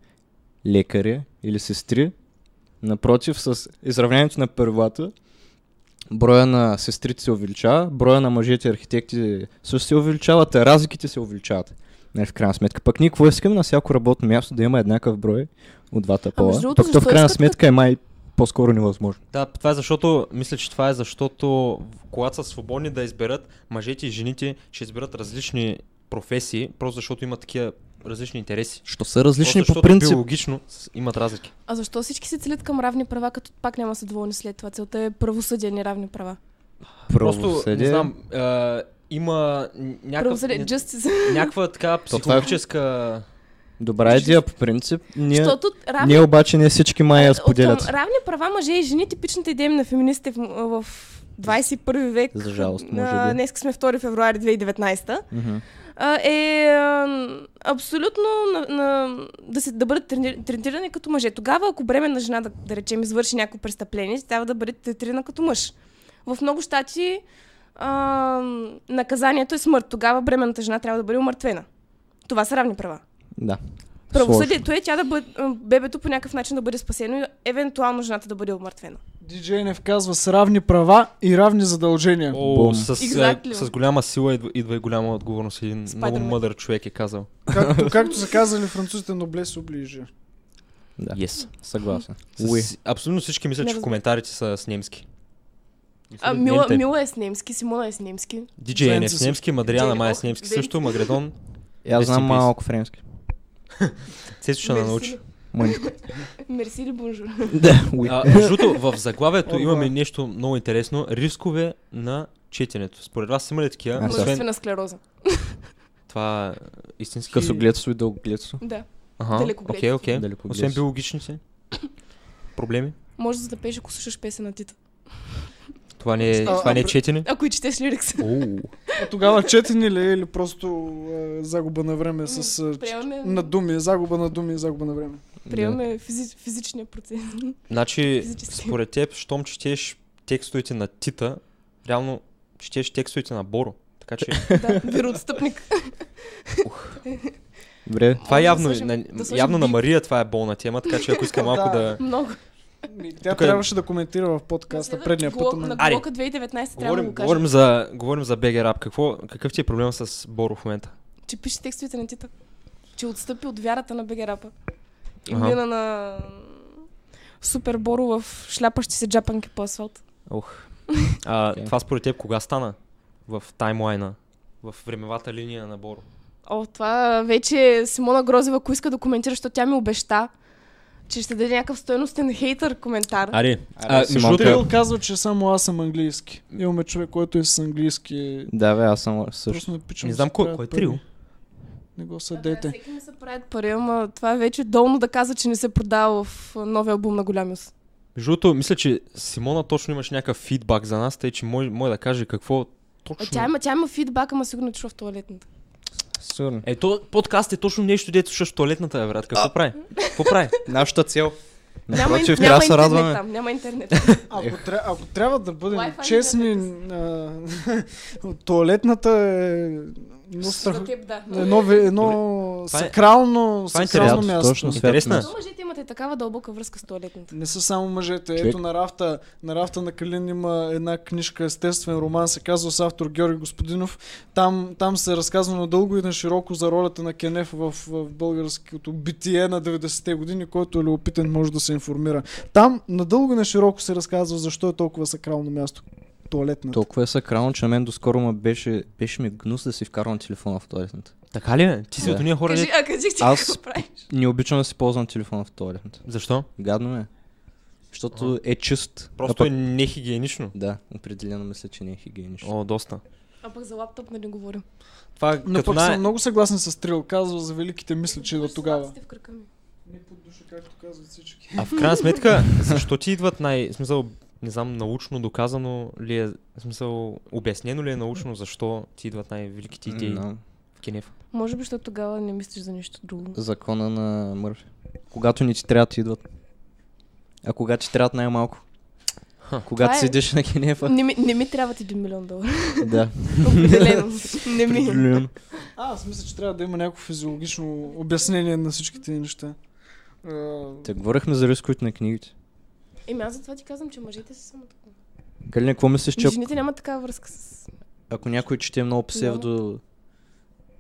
S1: лекари или сестри. Напротив, с изравняването на правилата, броя на сестрите се увеличава, броя на мъжете архитекти също се увеличават, а разликите се увеличават. Нали, в крайна сметка. Пък ние какво искаме на всяко работно място да има еднакъв брой от двата пола.
S5: между другото,
S1: Пък то в
S5: защо
S1: крайна
S5: искат
S1: сметка е май по-скоро невъзможно.
S2: Да, това е защото, мисля, че това е защото, когато са свободни да изберат, мъжете и жените ще изберат различни професии, просто защото имат такива различни интереси.
S1: Що са различни
S2: просто
S1: по
S2: защото
S1: принцип.
S2: биологично с- имат разлики.
S5: А защо всички се целят към равни права, като пак няма да са доволни след това? Целта е правосъдие, не равни права.
S2: Просто, не
S1: Правосъдие.
S2: знам, а, има н- някакъв,
S5: Правосъдие,
S2: ня-
S5: justice.
S2: някаква така
S1: това е-
S2: психологическа...
S1: Добра идея по принцип. Ние,
S5: Защото равни
S1: ние обаче не всички май я
S5: От към
S1: споделят.
S5: равни права мъже и жени, типичната идея на феминистите в, в 21 век.
S1: За жалост,
S5: а,
S1: може би.
S5: Днес сме 2 февруари 2019.
S1: Мгм.
S5: а, Е а, абсолютно на, на, да, се, да бъдат трени- третирани като мъже. Тогава, ако бременна жена, да, да речем, извърши някакво престъпление, трябва да бъде третирана като мъж. В много щати а, наказанието е смърт. Тогава бременната жена трябва да бъде умъртвена. Това са равни права.
S1: Да.
S5: Правосъдието е тя да бъде, бебето по някакъв начин да бъде спасено и евентуално жената да бъде умъртвена.
S4: Диджей не вказва с равни права и равни задължения.
S2: О,
S1: Бум.
S2: с, а,
S5: Exactly.
S2: с голяма сила идва, идва и голяма отговорност. Един много
S5: Spider-Man.
S2: мъдър човек е казал.
S4: Както, както са казали французите, ноблес оближи.
S1: Да.
S2: Yes.
S1: Съгласен.
S2: С,
S1: Уи.
S2: Абсолютно всички мислят,
S5: Не
S2: че в
S5: разбирам.
S2: коментарите са с немски.
S5: А, Мила, Мила е с немски, Симона е с немски.
S2: Диджей не е
S4: Венци
S2: с
S4: са-
S2: немски, Мадриана
S5: Диджей-
S2: май е
S5: ох,
S2: с немски
S5: Венци.
S2: също, Магредон.
S1: И Аз
S2: Rest in
S1: знам
S2: peace.
S1: малко френски.
S2: Цецо ще
S5: Мерси
S2: научи.
S5: ли-
S1: Мъничко.
S5: Мерси или бонжур.
S1: Да, уи.
S2: А, между другото, в заглавието
S4: Ого.
S2: имаме нещо много интересно. Рискове на четенето. Според вас има ли такива?
S1: Аз да.
S2: Освен
S5: Множествена склероза.
S2: това е истински...
S1: Късогледство и дългогледство.
S5: Да.
S2: Ага,
S5: Далекоглед.
S2: окей, окей. Освен
S1: Далекогледство.
S2: биологичните проблеми.
S5: Може да запееш, ако слушаш песен на Тита.
S2: Това не е,
S4: А,
S2: това не е
S4: а,
S2: четене.
S5: Ако и четеш лирикс.
S2: Оу.
S4: А тогава четени ли е или просто е, загуба на време с... е, ч- на
S5: Приемаме,
S4: думи, загуба на думи, загуба на време.
S5: приемаме физи, физичния процес.
S2: Значи,
S5: Физически.
S2: според теб, щом четеш текстовете на Тита, реално четеш текстовете на Боро. Така че
S5: да, вироотстъпник.
S1: Добре.
S2: това
S5: Ами да
S2: явно, е
S5: сложим-
S2: на,
S5: да сложим
S2: явно на
S5: бип.
S2: Мария това е болна тема, така че ако иска малко
S4: Да.
S2: да...
S5: Много.
S4: Ми, Тя
S2: Тук е-
S4: трябваше да коментира в подкаста предния път. нали? ама не.
S5: На
S2: Ари.
S5: Глока 2019 трябва да
S2: Говорим,
S5: го кажа.
S2: говорим, за, говорим за BG Rap. Какво, какъв ти е проблема с Боро в момента?
S5: Че пише текстовете на Тита. Че отстъпи от вярата на Бегерапа. И
S2: Аха.
S5: мина на Супер Боро в шляпащи се джапанки по асфалт.
S2: Ох. А,
S1: Окей.
S2: Това според теб кога стана? В таймлайна? В времевата линия на Боро?
S5: О, това вече е Симона Грозева, ако иска да коментира, защото тя ми обеща, че ще даде някакъв стойностен хейтър коментар.
S2: Ари,
S1: а, между Симонка. другото-
S4: Кирил казва, че само аз съм английски. Имаме човек, който е с английски.
S1: Да, бе, аз съм също.
S4: Просто не пичам.
S2: не
S4: да
S2: знам
S4: се
S2: кой,
S4: правят
S2: кой е
S4: пари.
S2: трил.
S4: Не
S5: Е, Да,
S4: го
S5: бе,
S4: съдете.
S5: Всеки ми се правят пари, ама това е вече долно да каза, че не се продава в новия албум на Голямиус.
S2: Между другото, мисля, че Симона точно имаше някакъв фидбак за нас, тъй че може, може да каже какво
S5: Е,
S2: точно...
S5: тя, има, тя има фидбак, ама сигурно чува в туалетната.
S1: Сигурно.
S2: Е, то подкаст е точно нещо, дето слушаш в туалетната, бе, брат. Какво прави? Какво прави?
S1: Нашата цел.
S5: Няма,
S1: Напротив,
S5: ин-
S1: трябва да
S5: няма
S1: се
S5: интернет
S1: Е, радваме.
S5: там, няма интернет.
S4: Ако, тря... Ако трябва да бъдем
S5: Wi-Fi
S4: честни, а, туалетната е едно, страх...
S5: За теб, да.
S4: едно, ве- едно
S2: Това е-
S4: сакрално,
S2: това е
S4: сакрално
S1: интересно,
S4: място.
S1: точно.
S2: Интересна.
S5: Но мъжете имат и такава дълбока връзка с туалетната.
S4: Не са само мъжете.
S1: Човек.
S4: Ето на рафта, на рафта на Калин има една книжка, естествен роман, се казва с автор Георги Господинов. Там, там се разказва надълго и на широко за ролята на Кенеф в, в българското битие на 90-те години, който е опитен може да се информира. Там надълго и на широко се разказва защо е толкова сакрално място. Туалетната.
S1: Толкова е сакрално, че на мен доскоро ме беше, беше ми гнус да си вкарвам телефона в туалетната.
S2: Така ли? е? Ти си
S1: Да.
S2: от уния хора,
S5: Кажи,
S2: дето-
S5: а кажи ти
S1: Аз-
S5: какво правиш?
S1: Не обичам да си ползвам телефона в туалетната.
S2: Защо?
S1: Гадно ме. е. защото е чист. а
S2: Просто
S1: пък-
S2: е нехигиенично.
S1: Да, определено мисля, че не е хигиенично.
S2: О, доста.
S5: А пък за лаптоп не говоря.
S2: Това
S4: Но
S2: като
S4: пък
S2: най...
S4: съм много съгласен с Трил. Казва за великите мисли, че идват тогава.
S5: В кръка ми.
S4: Не под душа, както казват всички.
S2: А в крайна сметка, защо ти идват най... в Смисъл, не знам, научно доказано ли е, в смисъл, обяснено ли е научно, защо ти идват най-великите идеи no.
S1: На
S2: в Кенев?
S5: Може би, защото тогава не мислиш за нищо друго.
S1: закона на Мърфи. Когато не ти трябва, ти идват. А когато ти трябва най-малко. Когато
S5: Това е-
S1: седиш на Кенефа.
S5: Не ми, не ми трябват един милион долара.
S1: да.
S5: Определено. не ми.
S1: Определено.
S4: А, аз мисля, че трябва да има някакво физиологично обяснение на всички тези неща. А, нали
S1: Те говорихме за рисковете на книгите.
S5: Еми аз затова ти казвам, че мъжете са само такова.
S1: Калина, какво мислиш, че
S5: Жените нямат такава връзка с...
S1: ако някой чете много псевдо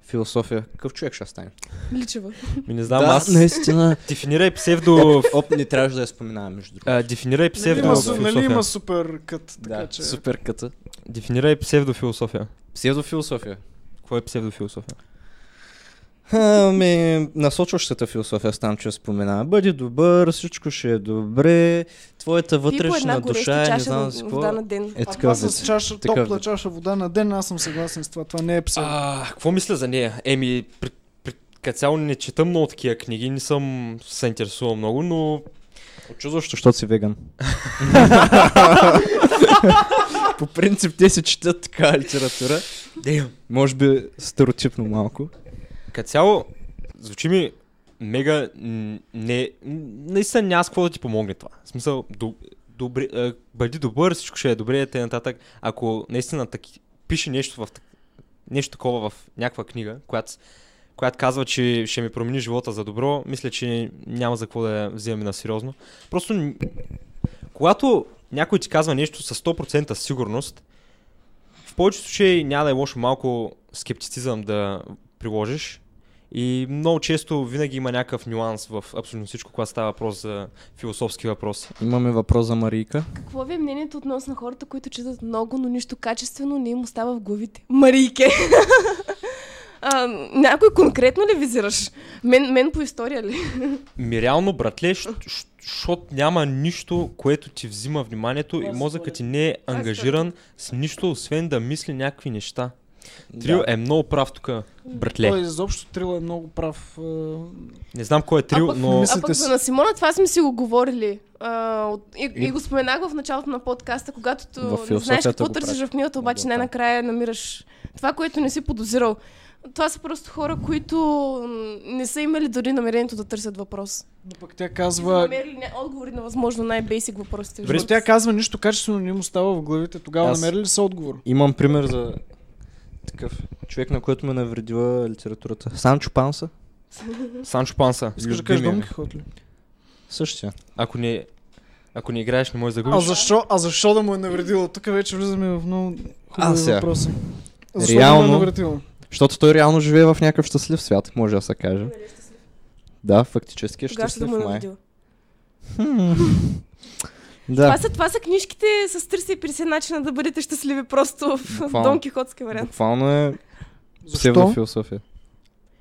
S1: философия, какъв човек ще стане?
S5: Личева.
S2: Ми не знам,
S1: да,
S2: аз
S1: наистина.
S2: дефинирай псевдо...
S1: Оп, не трябваше да я споменавам, между другото.
S2: а, дефинирай
S4: нали, има, су-
S2: псевдофилософия.
S4: нали има супер кът, така
S1: Да,
S4: че...
S1: супер ката.
S2: Дефинирай псевдофилософия.
S1: Псевдофилософия.
S2: Какво е псевдофилософия?
S1: Ами, насочващата философия стан, че спомена. Бъди добър, всичко ще е добре, твоята
S5: Пи по една
S1: вътрешна
S5: гореща
S1: душа е, не
S5: чаша
S1: знам си
S5: в- вода
S1: какво.
S5: на ден.
S1: Е,
S4: А
S1: така
S4: това с
S1: вид.
S4: чаша,
S1: Такъв
S4: топла
S1: вид.
S4: чаша вода на ден, аз съм съгласен с това. Това не е псевдо.
S2: А, какво мисля за нея? Еми, при, при, като цяло не четам много такива книги, не съм се интересувал много, но
S1: Очудващо, защото си веган. По принцип те се четат така литература.
S2: Damn.
S1: Може би стереотипно малко.
S2: като цяло звучи ми мега м, не... м, Наистина няма с какво да ти помогне това. В смисъл, до, добре, е, бъди добър, всичко ще е добре, те нататък. Ако наистина таки, пише нещо в так- нещо такова в някаква книга, която, с- която казва, че ще ми промени живота за добро, мисля, че няма за какво да я взимаме на сериозно. Просто н- когато някой ти казва нещо с 100% сигурност, в повечето случаи няма да е лошо малко скептицизъм да приложиш. И много често винаги има някакъв нюанс в абсолютно всичко, когато става въпрос за философски въпроси.
S1: Имаме въпрос за Марийка.
S5: Какво ви е мнението относно хората, които четат много, но нищо качествено не им остава в главите? Марийке! а, някой конкретно ли визираш? Мен, мен по история ли?
S2: Ми реално, братле, защото няма нищо, което ти взима вниманието и
S4: Аз
S2: мозъкът ти не е
S5: Аз
S2: ангажиран с нищо, освен да мисли някакви неща. Трил е много прав тук, братле.
S4: Той изобщо Трил е много прав. А,
S2: Не знам кой е Трил,
S5: пък-
S2: но...
S5: А
S4: Мислите
S5: пък
S4: си.
S5: за на Симона това сме си го говорили. А, от, и, и, го споменах в началото на подкаста, когато
S1: В
S5: ту, не знаеш
S1: философията
S5: какво
S1: го
S5: търсиш
S1: праща.
S5: в книгата, обаче
S1: Да,
S5: най-накрая намираш това, което не си подозирал. Това са просто хора, които м, не са имали дори намерението да търсят въпрос.
S4: Но пък тя
S5: И са
S4: казва...
S5: намерили не, отговори на възможно най-бейсик въпросите. в
S2: Добре,
S4: Но
S5: живота
S4: тя
S5: си.
S4: казва нищо качествено не му става в главите. Тогава
S1: Аз-
S4: намерили ли са отговор?
S1: Имам пример за такъв човек, на който ме е навредила литературата. Санчо Панса.
S2: Санчо Панса,
S4: Искаш да
S1: Любимия
S4: кажеш Дон
S1: ми.
S4: Кихот ли?
S1: Същия.
S2: ако не... Ако не играеш, не можеш да
S4: А
S2: загубиш.
S4: защо, а защо да му е навредила? Тук вече влизаме в много
S1: А,
S4: хубави
S1: сега.
S4: въпроси. А Защо да
S1: Реално-
S4: му е навредила?
S1: Защото той реално живее в някакъв щастлив свят, може да се каже. Да, фактически е
S5: Тогава ще да
S1: щастлив
S5: му е
S1: май.
S5: навредила. Това
S1: Да,
S5: са, това са книжките с 350 начина да бъдете щастливи просто в
S1: Буквално.
S5: Дон Кихотски вариант.
S1: буквално е
S4: Защо?
S1: псевдофилософия.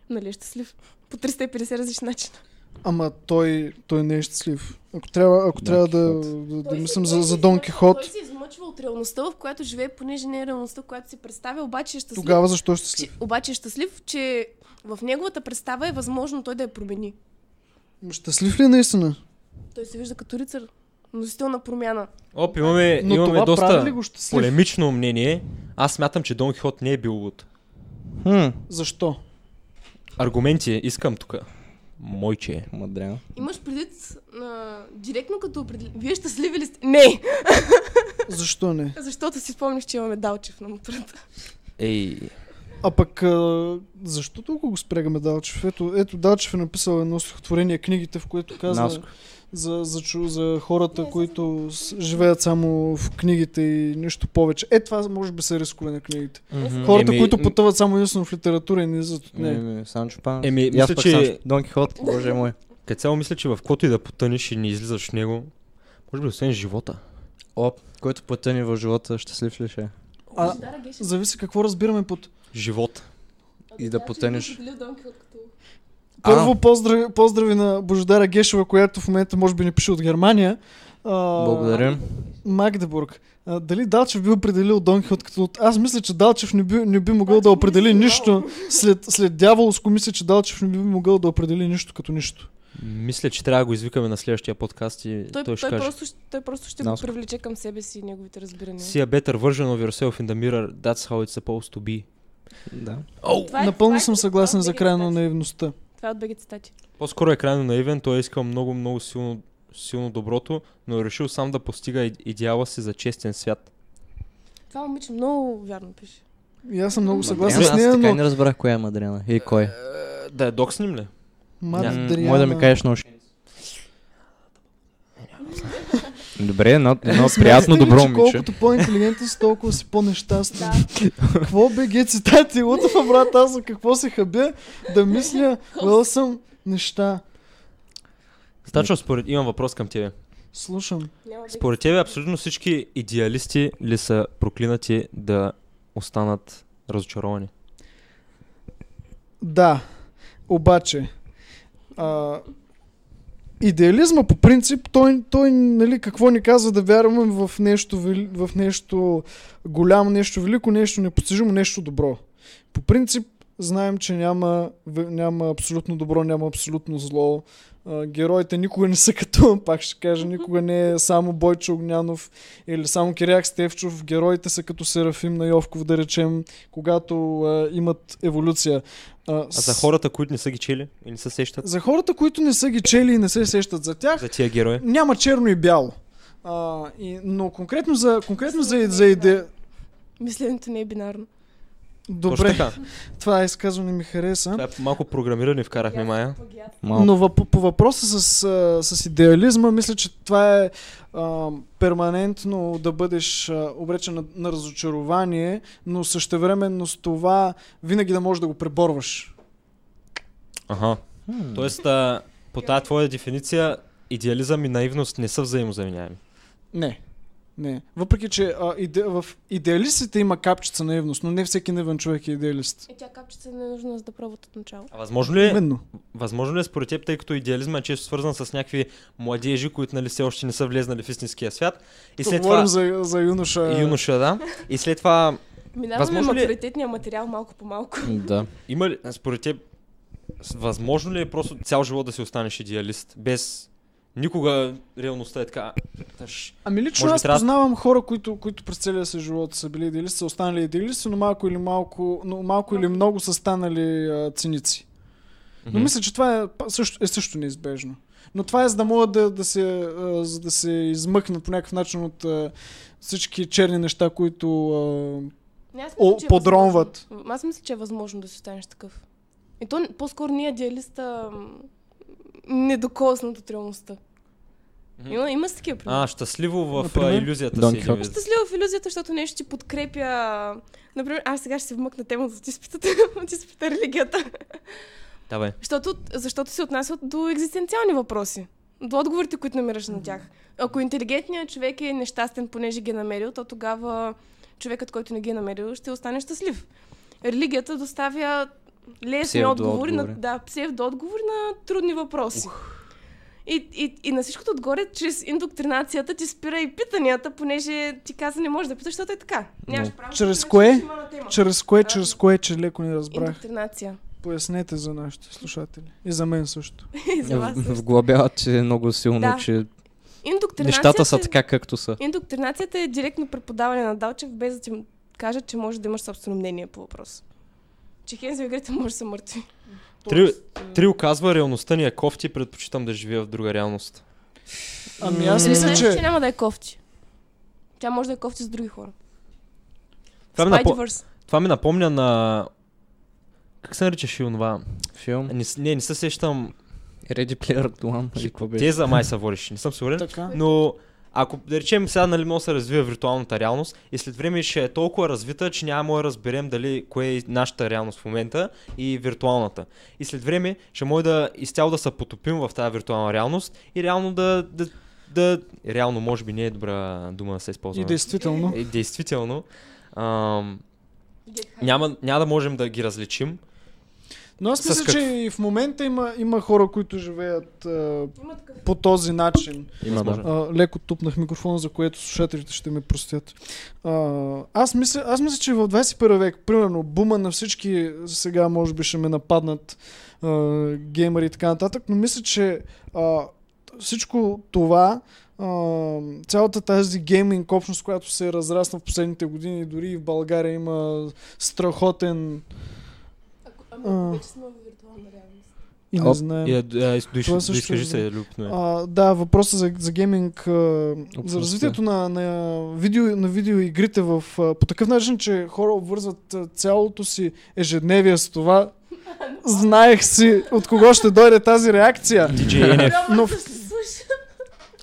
S5: Нали е щастлив? По 350 различни начина.
S4: Ама той, той не е щастлив. Ако трябва, ако
S1: Дон
S4: трябва да,
S1: Кихот.
S4: да, да
S5: Той се-
S4: мислим
S5: той
S4: за,
S5: се
S4: за Дон
S5: измъчва-
S4: Кихот,
S5: Той се измъчва от реалността, в която живее, понеже не е реалността, която си представя, обаче е щастлив.
S4: тогава защо е
S5: Че,
S4: щастлив?
S5: обаче е щастлив, че в неговата представа е възможно той да я промени.
S4: Щастлив ли е наистина?
S5: Той се вижда като рицар, носител на промяна.
S2: Оп, имаме,
S4: Но
S2: Е, имаме
S4: това
S2: доста...
S4: прави ли го щастлив?
S2: полемично мнение, аз смятам, че Дон Кихот не е бил луд.
S1: Хм,
S4: Защо?
S2: Аргументи е, искам тук. Мойче.
S1: мадряно.
S5: Имаш предвид а, директно като определи... Вие щастливи ли сте? Не!
S4: Защо не?
S5: Защото си спомних, че имаме Далчев на мотората.
S2: Ей,
S4: А пък, а, защо толкова го спрягаме Далчев? Ето, ето Далчев е написал едно стихотворение книгите, в което казва
S1: Наско.
S4: за, за, чу, за хората, които с, живеят само в книгите и нищо повече. Е, това може би са рискове на книгите.
S5: Мгм.
S4: Хората,
S2: Еми,
S4: които
S2: м-
S4: потъват само единствено в литература и не излизат от нея.
S1: Еми, Санчо Панса.
S2: Еми,
S1: И аз
S2: мисля,
S1: пък
S2: че-
S1: Санчо- Дон Кихот, боже мой.
S2: като цяло мисля, че в каквото и да потънеш и не излизаш в него, може би освен живота.
S1: Оп, който потъне в живота, щастлив ли ще е?
S4: А, зависи какво разбираме под...
S2: Живот.
S1: И да потънеш. А.
S4: Първо поздрави, поздрави на Божидара Гешева, която в момента може би не пише от Германия, а,
S1: Благодаря.
S4: Магдебург. А, дали Далчев би определил Дон Кихот като... Аз мисля, че Далчев не би, не би могъл да
S5: Значи,
S4: определи
S5: мисля,
S4: нищо.
S5: браво.
S4: След, след дяволско мисля, че Далчев не би могъл да определи нищо като нищо.
S2: Мисля, че трябва да го извикаме на следващия подкаст и той,
S5: Той, той,
S2: ще
S5: той,
S2: каже.
S5: просто, ще- той просто ще го
S1: Наско.
S5: привлече към себе си и неговите разбирания.
S2: See a better version of yourself in the mirror. That's how it's supposed to be.
S1: Да.
S5: Това е- това
S4: Напълно
S5: е-
S4: съм съгласен за края на наивността.
S5: Това е от беги цитати.
S2: По-скоро е крайно наивен, той е искал много, много силно, силно доброто, но е решил сам да постига и- идеала си за честен свят.
S5: Това момиче много вярно пише.
S4: И аз съм много съгласен
S1: Мадриана,
S4: с
S1: аз
S4: нея,
S1: така и не
S4: но...
S1: разбрах коя е Мадриана и кой.
S2: Да, е док с ним ли?
S1: М,
S4: Мадриана...
S1: Може да ми кажеш на уши. Добре, едно, едно приятно
S4: Смятате ли,
S1: добро
S4: че
S1: момиче.
S4: Колкото по-интелигентен си, толкова си по-нещастен.
S5: Да.
S4: Какво беге цитати? Лутава, брат, аз за какво се хабя да мисля, вел съм неща.
S2: Стачо, според... имам въпрос към тебе.
S4: Слушам.
S5: Няма да
S2: Според тебе абсолютно всички идеалисти ли са проклинати да останат разочаровани?
S4: Да, обаче, а, идеализма по принцип, той, той нали, какво ни казва да вярваме в нещо, вели- в нещо голямо, нещо велико, нещо непостижимо, нещо добро. По принцип, знаем, че няма, в- няма абсолютно добро, няма абсолютно зло. А, героите никога не са като, пак ще кажа, никога не е само Бойчо Огнянов или само Киряк Стевчов. Героите са като Серафим на Йовков, да речем, когато а, имат еволюция. А,
S2: А за хората, които не са ги чели и не се сещат
S4: за хората, които не са ги чели и не се сещат за тях,
S2: за тия герои?
S4: няма черно и бяло. А, и, но конкретно за, конкретно за, за иде...
S5: Мисленето не е бинарно.
S2: Точно
S4: Добре,
S2: така.
S4: това изказване ми хареса.
S2: Това е малко програмиране вкарахме, Мая.
S1: Малко.
S4: Но въп, по въпроса с, а, с идеализма, мисля, че това е а, перманентно да бъдеш а, обречен на, на разочарование, но същевременно с това винаги да можеш да го преборваш.
S2: Ага. Тоест, а, по тази твоя дефиниция, идеализъм и наивност не са взаимозаменяеми.
S4: Не. Не. Въпреки, че а, иде, в идеалистите има капчица наивност, но не всеки наивен човек е идеалист.
S5: И тя капчица не е нужна за да пробват от начало.
S2: А възможно ли, е,
S4: Именно.
S2: възможно ли е според теб, тъй като идеализма е често свързан с някакви младежи, които нали все още не са влезнали в истинския свят? И
S4: Тук
S2: след
S4: говорим
S2: това...
S4: за, за юноша.
S2: Юноша, да. И след това
S5: Минаваме
S2: Възможно ли е-
S5: матуритетния материал малко по малко.
S1: Да.
S2: Има ли, според теб, с- възможно ли е просто цял живот да си останеш идеалист? Без никога реалността е така. Тъж.
S4: Ами лично
S2: Може би
S4: аз
S2: трябва-
S4: познавам хора, които, които през целия си живот са били идеалисти, са останали идеалисти, но малко или, малко, но малко или много са станали а, ценици. Но мисля, че това е па- също, е също неизбежно. Но това е за да могат да, да, се, а, за да се измъкнат по някакъв начин от а, всички черни неща, които... А,
S5: Не, аз
S4: О,
S5: мисля, че е
S4: подронват.
S5: възможно. Аз мисля, че е възможно да си останеш такъв. И то н- по-скоро ние идеалиста м, недокоснат от реалността.
S2: Мгм.
S5: Има, има с такива примери.
S2: А, щастливо в а,
S4: Например?
S2: иллюзията
S1: Дон
S2: си.
S1: Кихот.
S2: идеалист.
S5: Щастлива в иллюзията, защото нещо ти подкрепя... Например, аз сега ще се вмъкна темата от изпитата, от изпита религията.
S2: Давай.
S5: Защото, защото се отнасят до екзистенциални въпроси. До отговорите, които намираш на тях. Ако интелигентният човек е нещастен, понеже ги е намерил, то тогава човекът, който не ги е намерил, ще остане щастлив. Религията доставя лесни отговори на,
S1: Псевдоотговори.
S5: да, псевдоотговори на трудни въпроси. И, и, и на всичкото отгоре, чрез индоктринацията ти спира и питанията, понеже ти каза не можеш да питаш, защото е така. Нямаш право.
S4: Чрез
S5: защото
S4: кое?
S5: ще има на тема.
S4: чрез кое,
S5: А,
S4: чрез кое, че леко не разбрах.
S5: Индоктринация.
S4: Пояснете за нашите слушатели. И за мен също.
S5: И за вас. също.
S1: Вглобяват се е много силно,
S5: Да.
S1: че
S5: Индоктринацията
S1: нещата са
S5: е-
S1: така както са.
S5: Индоктринацията е директно преподаване на Далчев, без да ти м- кажат, че може да имаш собствено мнение по въпрос. Че Хензел и Гретел може да са мъртви.
S2: Три, Трил казва, реалността ни е кофти, предпочитам да живея в друга реалност.
S4: Ами аз
S1: М,
S4: мисля,
S5: Знаеш, че
S4: че...
S5: няма да е кофти. Тя може да е кофти с други хора.
S2: Това ми, напо...
S5: Spider-Verse.
S2: Това ми напомня на... Как се наричаше онова?
S1: Филм.
S2: Не, с- не, не се сещам.
S1: Ready Player One. или какво беше?
S2: Теза май се водеше, не съм сигурен.
S4: Така.
S2: Но ако да речем сега, нали, може да се развива виртуалната реалност и след време ще е толкова развита, че няма да разберем дали кое е нашата реалност в момента и виртуалната. И след време ще може да изцяло да се потопим в тази виртуална реалност и реално да, да, да реално може би не е добра дума да се
S4: И
S2: използва.
S4: действително.
S2: Е, действително. Ам, няма, няма да можем да ги различим.
S4: Но аз
S2: С
S4: мисля,
S2: какво?
S4: че и в момента има, има хора, които живеят а,
S5: Има такъв.
S4: по този начин.
S1: Има, да.
S2: Възможно.
S4: А, леко тупнах микрофона, за което слушателите ще ме простят. А, аз, мисля, аз мисля, че в 21 век, примерно, бума на всички сега може би ще ме нападнат а, геймери и така нататък, но мисля, че а, всичко това, а, цялата тази гейминг общност, която се е разрасна в последните години, дори и в България има страхотен
S5: Ако,
S4: А.
S5: ама вече сме в виртуална реалност.
S4: и не
S1: Оп,
S4: знаем.
S2: И, а, Е, да, и с- доиш-
S4: Е, Това също
S2: доискажи
S4: е
S2: се, любопитно е.
S4: А, да, въпросът за, за гейминг, а, за
S1: Общността.
S4: развитието на, на, видео, на видеоигрите в, а, по такъв начин, че хора обвързват а, цялото си ежедневие с това. Знаех си от кого ще дойде тази реакция.
S2: DJ NF.
S4: Е, Но
S5: Но...
S4: в- Е,
S5: се слуша.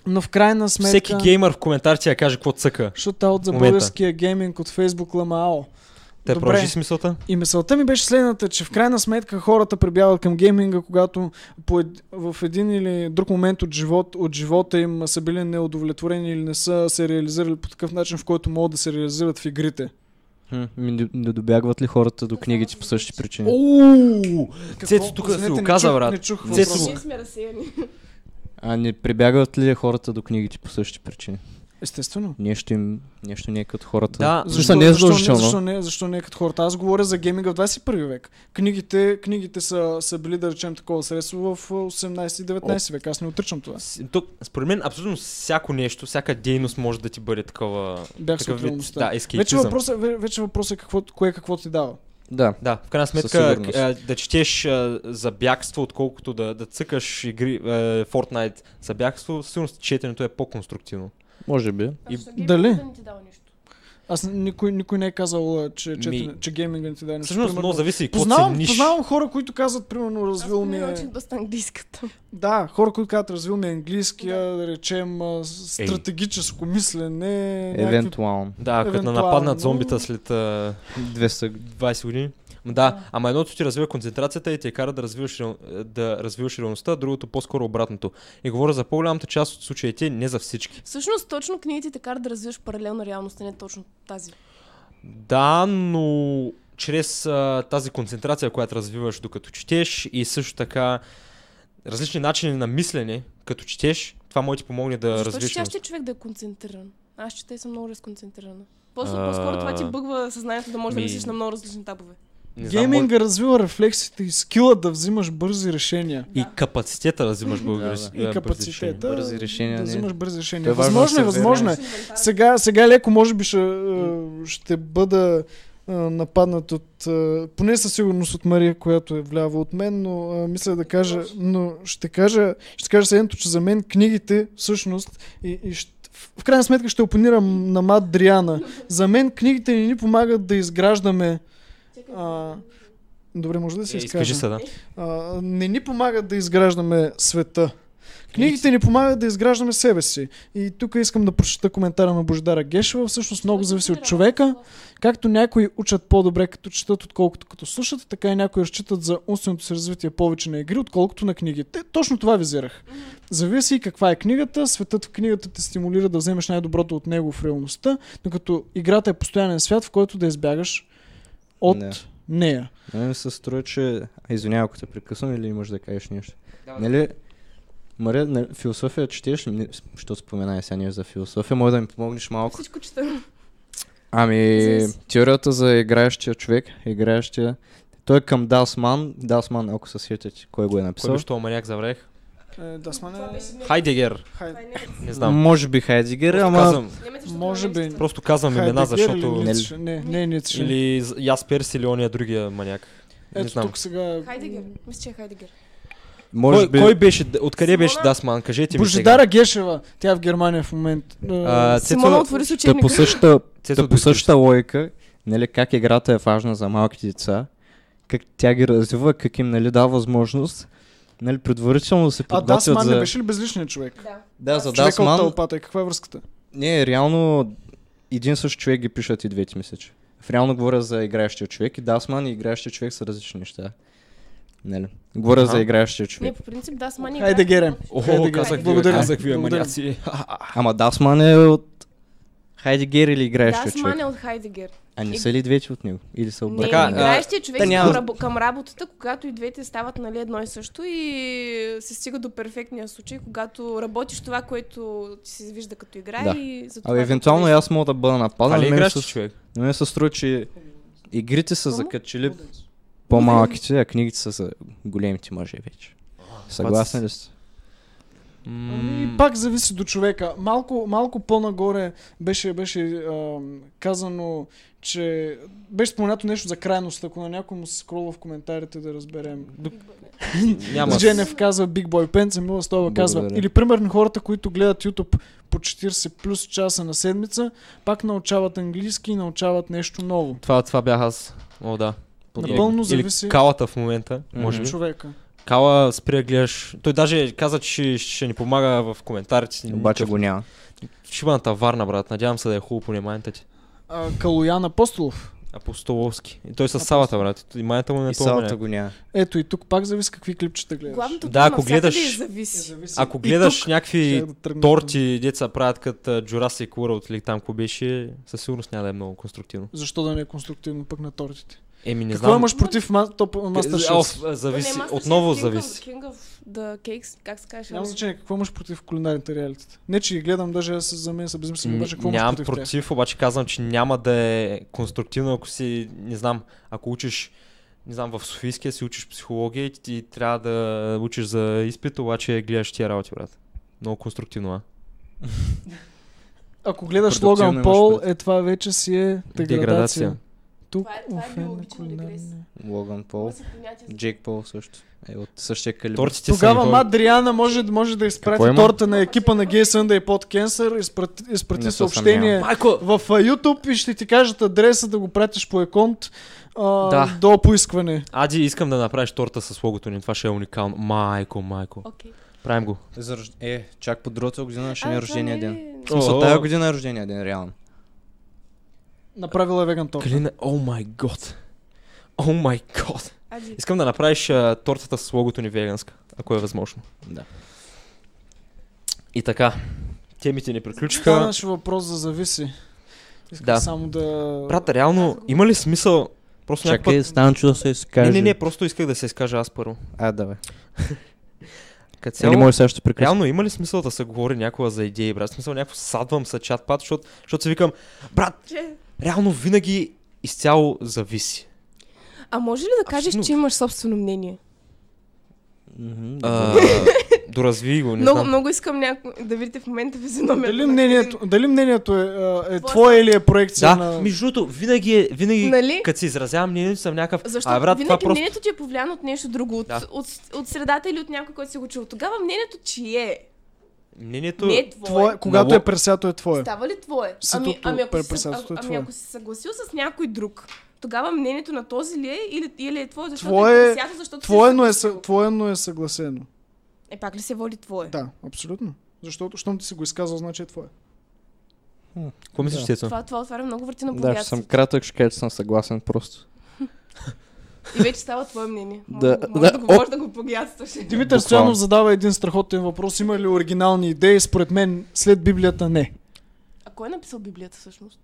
S4: Но в крайна сметка...
S2: Всеки геймър в коментарите я каже какво цъка.
S4: Шутаут за
S2: момента.
S4: българския гейминг от Facebook Ламао.
S2: Те
S4: Добре.
S2: продължи с мисълта?
S4: И мисълта ми беше следната, че в крайна сметка хората прибягват към гейминга, когато по ед... в един или друг момент от, живот, от живота им са били неудовлетворени или не са се реализирали по такъв начин, в който могат да се реализират в игрите.
S1: Хм, ми Не не добягват ли хората до книгите по същите причини?
S2: Оу!
S4: Какво?
S2: Цецо тук
S4: Извинете,
S2: се
S4: не
S2: оказа,
S4: чух-
S2: брат.
S4: Не чух
S2: Цецо-
S4: въпроса.
S5: Ние сме разсеяни.
S1: А не прибягват ли хората до книгите по същите причини?
S4: Естествено.
S1: Нещо им, нещо не е като хората.
S2: Да,
S1: Защо не е
S4: Защо не,
S1: задължително?
S4: защо не, защо не е като хората? Аз говоря за гейминга в 21 век. Книгите, книгите са, са били, да речем, такова средство в 18-19 век. Аз не отричам това.
S2: С- Тук, според мен, абсолютно всяко нещо, всяка дейност може да ти бъде такова.
S4: Бях с
S2: такъв вид,
S4: отделността.
S2: да,
S4: вече
S2: ескейтизъм.
S4: въпросът е, вече въпрос е какво, кое какво ти дава.
S1: Да.
S2: Да, в крайна сметка
S1: сигурност.
S2: а, да четеш а, за бягство, отколкото да, да цъкаш игри а, Fortnite за бягство, сигурно четенето е по-конструктивно.
S1: Може би.
S5: И...
S4: Дали?
S5: Да не ти дава нищо.
S4: Аз никой, никой не е казал, а, че, че,
S2: Ми-
S4: че гейминга не ти даде нещо.
S2: Всъщност
S4: Примерно,
S2: много зависи какво
S4: Познавам,
S2: цениш.
S4: познавам хора, които казват, примерно,
S5: Аз
S4: развил
S5: не
S4: ми е...
S5: научих доста английската.
S4: Да, хора, които казват, развил ми е английския, да речем, а, с-
S2: Ей.
S4: стратегическо мислене. някакви-
S1: Евентуално.
S2: Да, като на
S4: евентуално.
S2: нападнат зомбита след е, а,
S1: 200
S2: 20 години. М, Да, ама едното ти развива концентрацията и ти я кара да развиваш, реал- е, да развиваш реалността, другото по-скоро обратното. И говоря за по-голямата част от случаите, не за всички.
S5: Всъщност точно книгите те карат да развиваш паралелна реалност, а не точно тази.
S2: Да, но чрез а, тази концентрация, която развиваш докато четеш и също така различни начини на мислене, като четеш, това може да ти помогне да
S5: Защо
S2: развиеш.
S5: ще
S2: реалността.
S5: ще човек да е концентриран? Аз чета и съм много разконцентрирана. После,
S2: А,
S5: по-скоро това ти бъгва съзнанието да можеш
S2: ми-
S5: да мислиш на много различни табове.
S2: Не знам, може-
S4: Гейминга развива рефлексите и скила да взимаш бързи решения.
S2: И капацитета да взимаш български. е,
S1: Да,
S4: И капацитета.
S1: Бързи решения,
S4: Да
S1: не-
S4: взимаш бързи решения.
S1: То е важно
S4: възможно
S1: да
S4: е,
S1: се
S4: възможно е.
S1: вернеш.
S4: Сега, сега леко може би ще, а, ще бъда а, нападнат от, а, поне със сигурност от Мария, която е вляво от мен, но а, мисля да кажа, но ще кажа, ще кажа следното, че за мен книгите всъщност и, и ще, в крайна сметка ще опонирам на Мат Дриана. За мен книгите не ни помагат да изграждаме а, Добре, може ли да
S2: Е,
S4: се
S2: изкажи
S4: изкажа.
S2: се, да.
S4: А, не ни помагат да изграждаме света. Книгите ни помагат да изграждаме себе си. И тук искам да прочета коментара на Божидара Гешева. Всъщност много зависи от човека. Както някои учат по-добре като четат, отколкото като слушат, така и някои разчитат за умственото си развитие повече на игри, отколкото на книги. Те, точно това визирах. Зависи и каква е книгата. Светът в книгата те стимулира да вземеш най-доброто от него в реалността, докато играта е постоянен свят, в който да избягаш от
S1: Не.
S4: нея.
S1: На мен ми се струва, че... А, Извинявай, ако те прекъсвам или можеш да кажеш нещо? нали, Мария, нали, философия четеш ли? Не, Що спомена сега ние за философия? Може да ми помогнеш малко?
S5: Всичко чета.
S1: Ами,
S5: Зависи.
S1: теорията за играещия човек, играещия... Той е към Дасман. Дасман, ако се сетите, кой го е
S2: Кой
S1: написал?
S2: беше този маняк заврех?
S4: Е, да сме
S5: Това беше не-
S2: Хайдегер.
S4: Хайде.
S5: това е немец.
S2: Не знам.
S1: Може би Хайдегер,
S2: Просто
S1: ама...
S2: казвам,
S5: Немец, защото
S4: Може
S5: това е
S4: би.
S5: немец.
S2: просто казвам имена,
S4: Хайдегер или
S2: защото...
S4: Ницше? Не, не е Ницше.
S2: Или З- Ясперс или ония другия маняк. Не
S4: Ето
S2: знам.
S4: тук сега...
S5: Хайдегер. Мисля, че е Хайдегер.
S1: Може
S2: кой,
S1: би...
S2: кой беше, д- откъде беше
S5: Симона?
S2: Дасман? Кажете ми сега.
S4: Божидара Гешева. Тя е в Германия в Е, момента.
S2: А,
S5: Симона
S2: Цецо,
S5: отвори
S1: Та
S5: си
S1: по
S5: учебника.
S1: същата,
S2: Цецо
S1: та по
S2: отвори
S1: същата логика, нали, как играта е важна за малките деца, как тя ги развива, как им нали, дава възможност нали, предварително да се
S4: А
S1: подготвят
S4: Дасман
S1: за...
S4: не беше ли безличният човек?
S5: Да.
S1: Да, за
S4: Човека от
S1: Дасман.
S4: тълпата. И каква е връзката?
S1: Не, реално един същ човек ги пишат и двете, мисля, че. В реално говоря за играещия човек и Дасман и играещия човек са различни неща. Нали? Говоря
S2: Аха.
S1: за играещия
S5: Не,
S1: човек.
S5: по принцип, да, с мани.
S4: Хайде, Гере.
S2: О,
S4: Хайде,
S2: казах,
S4: Благодаря.
S2: благодаря. казах вие
S4: Благодаря.
S2: маняци.
S1: Ама Дасман е от Хайдегер или
S5: Да,
S1: играеш
S5: с
S1: човек?
S5: мане от Хайдегер.
S1: А не
S5: И-
S1: са ли двете от него? Или са
S5: Не,
S1: обратни?
S2: Така, а,
S5: играещия човек
S1: та
S5: си
S1: няма-
S5: към, рабо- към работата, когато и двете стават нали, едно и също и се стига до перфектния случай, когато работиш това, което ти се вижда като игра
S1: Да.
S5: и за това...
S1: Абе, евентуално и
S5: като
S1: аз мога да бъда
S2: Това
S1: нападан.
S2: ли
S1: На мен,
S2: играш
S1: се,
S2: човек?
S1: на мен се струва, че игрите са
S5: Кому?
S1: закачили по-малките, а книгите са за големите мъже вече. Съгласни ли сте?
S4: Ами, пак зависи до човека. Малко, малко по-нагоре беше, беше ам, казано, че беше споменато нещо за крайност, ако на някой му се скролва в коментарите да разберем.
S2: Няма.
S4: С Дженев казва Big Boy Pants, а Мила Стоева казва.
S1: Благодаря.
S4: Или примерно хората, които гледат YouTube по 40 плюс часа на седмица, пак научават английски и научават нещо ново.
S2: Това, това бях аз. О, да. Подобно.
S4: Напълно
S2: Или
S4: зависи-
S2: калата в момента,
S1: Мгм.
S2: може би.
S4: Човека.
S2: Кала, спри да гледаш. Той даже каза, че ще, ще ни помага в коментарите.
S1: Обаче го няма.
S2: Ще има на таварна, брат. Надявам се да е хубаво поне майната ти.
S4: А, Калоян Апостолов.
S2: Апостоловски. И той е с салата, брат. И майната му не
S1: И
S2: е
S1: салата
S2: толкова.
S1: го няма.
S4: Ето и тук пак зависи какви клипчета гледаш.
S5: Главното
S2: Да,
S5: да,
S2: ако
S5: ако
S2: гледаш-
S5: гледаш...
S4: Е,
S5: зависи.
S4: зависи.
S2: Ако
S4: И
S2: гледаш
S4: тук
S2: някакви
S4: щях да тръгна към-
S2: торти, деца правят като Jurassic World или там какво беше, със сигурност няма да е много конструктивно.
S4: Защо да не е конструктивно пък на тортите?
S2: Еми, не
S4: Какво
S2: знам. Е,
S4: имаш против ма- топ мастер шеф?
S2: О, зависи.
S5: Не, Masterchef,
S2: Отново
S5: King of-
S2: зависи.
S5: King of the Cakes, как се каже?
S4: Няма значение, какво имаш против кулинарните реалитета? Не, че ги гледам, даже аз за мен са безмислени, обаче какво имаш
S2: Нямам
S4: против, тях?
S2: против, обаче казвам, че няма да е конструктивно, ако си, не знам, ако учиш, не знам, в Софийския си учиш психология и ти, ти трябва да учиш за изпит, обаче гледаш тия работи, брат. Много конструктивно, а?
S4: Ако гледаш
S1: Продуктивно
S4: Логан
S1: имаш
S4: Пол,
S1: против.
S4: е това вече си е
S2: Деградация.
S4: деградация. Тук
S5: Това е- това е
S4: офен на
S5: биологичен
S4: кулинарни.
S5: регрес.
S1: Логан Пол.
S5: Има си понятие за-
S1: Джейк Пол също. Е от същия калибър.
S2: Тортите
S4: Тогава
S2: са ни
S4: Мадриана може, може да изпрати
S1: Какво има?
S4: торта на екипа на Gay Sunday под Cancer, изпрати, изпрати
S1: Не се
S4: съобщение
S1: съмнявам.
S2: Майко!
S4: в а, YouTube и ще ти кажат адреса да го пратиш по еконт а,
S2: Да.
S4: до поискване.
S2: Ади, искам да направиш торта с логото ни, това ще е уникално. Майко, майко.
S5: Окей.
S2: Правим го.
S1: За рож- Е, чак по другата година ще ни е
S5: А, това
S1: рождения
S5: не
S1: ден.
S5: е-
S1: В смисъл,
S2: О.
S1: тази година е рождения ден, реално.
S4: Направила е веган торта.
S2: Клина, о май гот. О май гот.
S5: Ади.
S2: Искам да направиш а, тортата с логото ни веганска, ако е възможно.
S1: Да.
S2: И така, темите ни приключиха.
S4: Станаше въпрос за зависи. Искам
S2: Да.
S4: само да...
S2: Брат, реално, има ли смисъл? Просто някакъв...
S1: Чакай, Станчо да се изкаже.
S2: Не, не, не, просто исках да се изкажа аз първо.
S1: А, давай.
S2: Като
S1: Или
S2: цяло,
S1: може сега ще прекъсна.
S2: реално има ли смисъл да се говори някога за идеи, брат? В Смисъл, някакво садвам се чат пат, защото, защото си викам, брат,
S5: Че-
S2: реално винаги изцяло зависи.
S5: А може ли да кажеш,
S2: Абсолютно.
S5: че имаш собствено мнение?
S1: Мгм,
S2: А,
S1: добре.
S2: доразви го, не
S5: Много,
S2: знам.
S5: много искам някой да видите в момента физиономията.
S4: Дали
S5: на
S4: мнението,
S5: един.
S4: дали мнението е, а, е
S5: Твоето.
S4: твое или е проекция
S2: Да,
S4: на...
S2: между другото, винаги, е- винаги
S5: Нали?
S2: като си изразявам мнението, съм някакъв...
S5: Защото
S2: а, брат, това
S5: винаги
S2: просто...
S5: мнението ти е повлияно от нещо друго, от,
S2: Да.
S5: от, от средата или от някой, който си го чул. Тогава мнението чие е?
S2: Мнението...
S5: Не е твое.
S4: Твое, когато
S2: Много-
S4: е пресято е твое.
S5: Става ли твое?
S4: Ситото
S5: Ами, ами, ако,
S4: при
S5: си, съ-
S4: пресятото е
S5: а, ами
S4: твое.
S5: ако си съгласил с някой друг, тогава мнението на този ли е или, или е твое, защото
S4: Твое-
S5: е пресято, защото си
S4: Твое, но е,
S5: съгласил?
S4: съ- твое, но е съгласено.
S5: Е, пак ли се води твое?
S4: Да, абсолютно. Защото, щом ти си го изказал, значи е твое.
S2: Какво мислиш,
S1: Да.
S2: Тецо?
S5: Това, това отваря много врати на
S1: Да, ще
S5: повярство.
S1: съм кратък, ще кажа, че съм съгласен просто.
S5: И вече става твое мнение. Може
S1: Да,
S5: да, може
S1: да,
S5: да, го, може да го плагиатстваш.
S4: Димитър
S1: Буквално.
S4: Стоянов задава един страхотен въпрос. Има ли оригинални идеи? Според мен, след Библията не.
S5: А кой е написал Библията всъщност?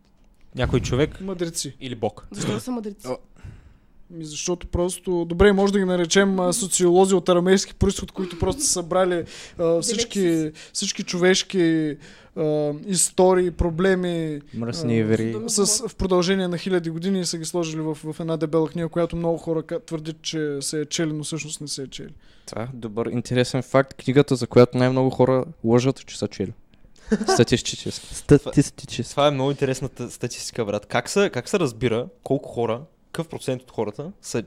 S2: Някой човек
S4: Мъдреци.
S2: или Бог?
S5: Защо са мъдреци?
S4: Ми защото просто, добре, може да ги наречем а, социолози от арамейски происход, които просто са събрали а, всички, всички човешки а, истории, проблеми
S1: Мръсни
S4: А,
S1: и вери.
S5: Содом-
S4: с, в продължение на хиляди години и са ги сложили в, в една дебела книга, която много хора ка- твърдят, че се е чели, но всъщност не се е чели.
S1: Това е добър, интересен факт. Книгата, за която най-много хора лъжат, че са чели. Статистически. Статистически.
S2: Това е много интересна та- статистика, брат. Как се, как се разбира колко хора, какъв процент от хората са
S1: Може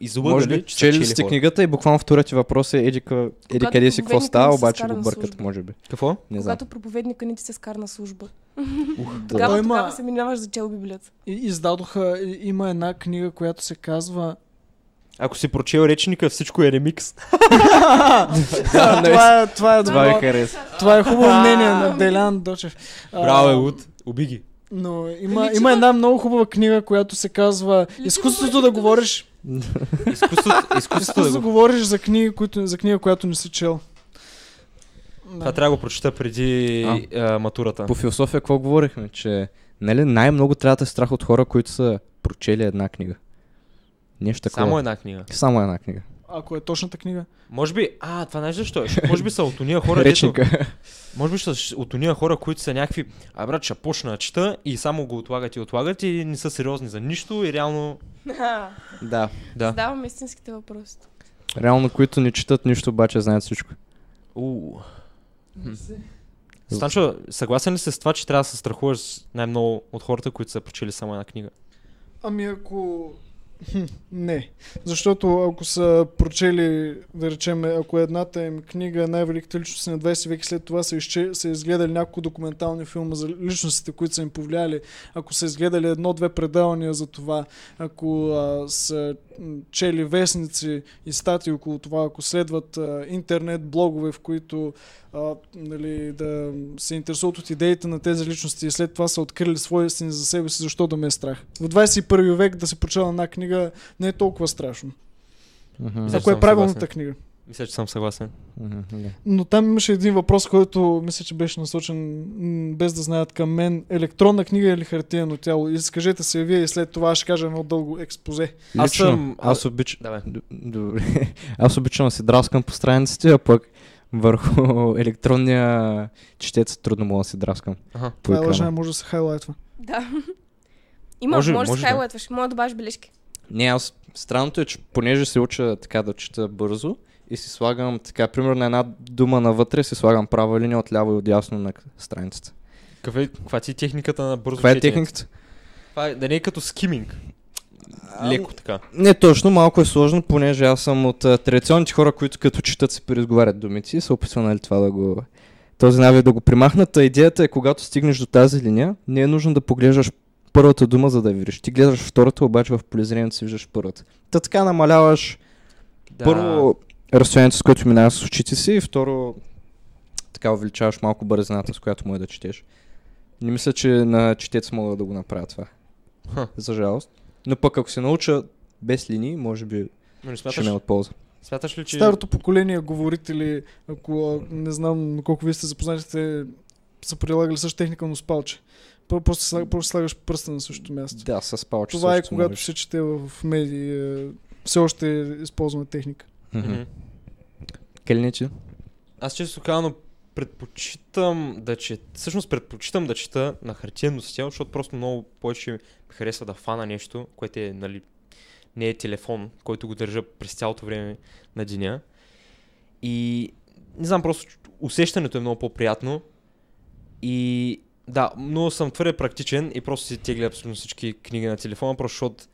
S2: излъгали,
S1: би
S2: че са чели
S1: нали, чели сте
S2: хора?
S1: книгата и буквално вторият ти въпрос е еди, къ- еди
S5: Когато
S1: къде си, какво
S5: проповедникът
S1: става,
S5: ми се
S1: обаче
S5: скара
S1: го
S5: на
S1: бъркат,
S5: служба.
S1: може би.
S2: Какво?
S1: Не знам.
S5: Когато проповедника ни ти се скара на служба.
S1: Да.
S5: Тогава,
S4: Той има-
S5: тогава се минаваш за чел Библията.
S4: И, издадоха, и, има една книга, която се казва...
S2: Ако си прочел речника, всичко е ремикс.
S1: Да,
S4: това, е, това, е,
S1: Това ви
S4: добро,
S1: хареса.
S4: това е хубаво мнение на Делян Дочев. А,
S2: Браво, е, Луд. Уби ги.
S4: Но има,
S5: Личи
S4: има
S5: го-
S4: една много хубава книга, която се казва
S5: го
S4: Изкуството
S5: може
S4: да
S5: да
S4: говориш.
S2: Изкуството, изкуството
S4: Изкуството
S2: да
S4: да
S2: го...
S4: говориш за книги, които, за книга, която не си чел.
S2: Това трябва да го прочета преди
S1: А.
S2: а, матурата.
S1: По философия какво говорихме? Че нали, най-много трябва да е страх от хора, които са прочели една книга. Нещо такова.
S2: Само една книга.
S1: Само една книга.
S4: Ако е точната книга.
S2: Може би, а, това знаеш ли защо е? Може би са от уния хора, дето,
S1: Речника.
S2: може би са от уния хора, които са някакви, а брат, ще почна да чета и само го отлагат и отлагат и не са сериозни за нищо и реално,
S1: да.
S2: да.
S5: Задавам истинските въпроси.
S1: Реално, които не четат нищо, обаче знаят всичко.
S2: У. Станчо, съгласен ли си с това, че трябва да се страхуваш най-много от хората, които са прочели само една книга?
S4: Ами ако... Хм, не. Защото ако са прочели, да речем, ако едната им книга най-великите личности на 20 век, след това са, изче... са изгледали няколко документални филма за личностите, които са им повлияли, ако са изгледали едно-две предавания за това, ако а, са м, чели вестници и статии около това, ако следват а, интернет блогове, в които а, нали, да се интересуват от идеите на тези личности и след това са открили своя истини за себе си, защо да ме е страх. В 21 век да се прочела една книга не е толкова страшно.
S1: Мгм.
S2: За-
S4: Ако
S2: съм
S4: е правилната
S2: съгласен.
S4: книга.
S2: Мисля, че съм съгласен.
S1: Мгм, да.
S4: Но там имаше един въпрос, който мисля, че беше насочен м, без да знаят към мен. Електронна книга или хартиено тяло? И скажете се вие и след това аз ще кажа едно дълго експозе.
S2: Аз
S1: Лично,
S2: съм-
S1: Аз обичам...
S2: Давай.
S1: Добре. Аз обичам да се драскам по страниците, а пък върху електронния четец трудно мога да се драскам.
S2: Аха.
S1: По
S4: Това е лъжа,
S1: екрана.
S4: може да се хайлайтва.
S5: Да. Има,
S2: Може
S5: може,
S2: ли?
S5: може,
S2: Може,
S5: може
S2: да.
S5: да хайлайтваш, може да добавиш бележки.
S1: Не, аз странното е, че понеже се уча така да чета бързо и си слагам така, примерно една дума навътре, си слагам права линия от ляво и от ясно на страницата.
S2: Каква е, каква ти е техниката на бързо
S1: Каква е
S2: четене?
S1: техниката?
S2: Това е, да не е като скиминг.
S1: Ами,
S2: Леко така.
S1: Не точно, малко е сложно, понеже аз съм от а, традиционните хора, които като четат си преизговарят думици и са опитвали нали, това да го... Този навик да го примахнат. А идеята е, когато стигнеш до тази линия, не е нужно да поглеждаш първата дума, за да я видиш. Ти гледаш втората, обаче в полезрението си виждаш първата. Та така намаляваш
S2: Да.
S1: първо разстоянието, с което минаваш с очите си и второ така увеличаваш малко бързината, с която му е да четеш. Не мисля, че на четец мога да го направя това.
S2: Ха.
S1: За жалост. Но пък ако се науча без линии, може би
S2: Но не
S1: ще
S2: смяташ,
S1: ме е от полза.
S2: смяташ ли, че...
S4: Старото поколение говорители, ако а, не знам колко вие сте запознати, те са прилагали също техника, но с палче. Пър- Просто, слаг- просто слагаш пръста на същото място.
S1: Да, с палче
S4: Това е
S1: също
S4: когато
S1: можеш.
S4: се чете в в медии. е, Все още използваме техника.
S1: Мгм.
S2: Мгм.
S1: Калиничи?
S2: Аз често казано предпочитам да чета, всъщност предпочитам да чета на хартиен носител, защото просто много повече ми харесва да фана нещо, което е, нали, не е телефон, който го държа през цялото време на деня. И не знам, просто чу- усещането е много по-приятно. И да, но съм твърде практичен и просто си тегля абсолютно всички книги на телефона, просто защото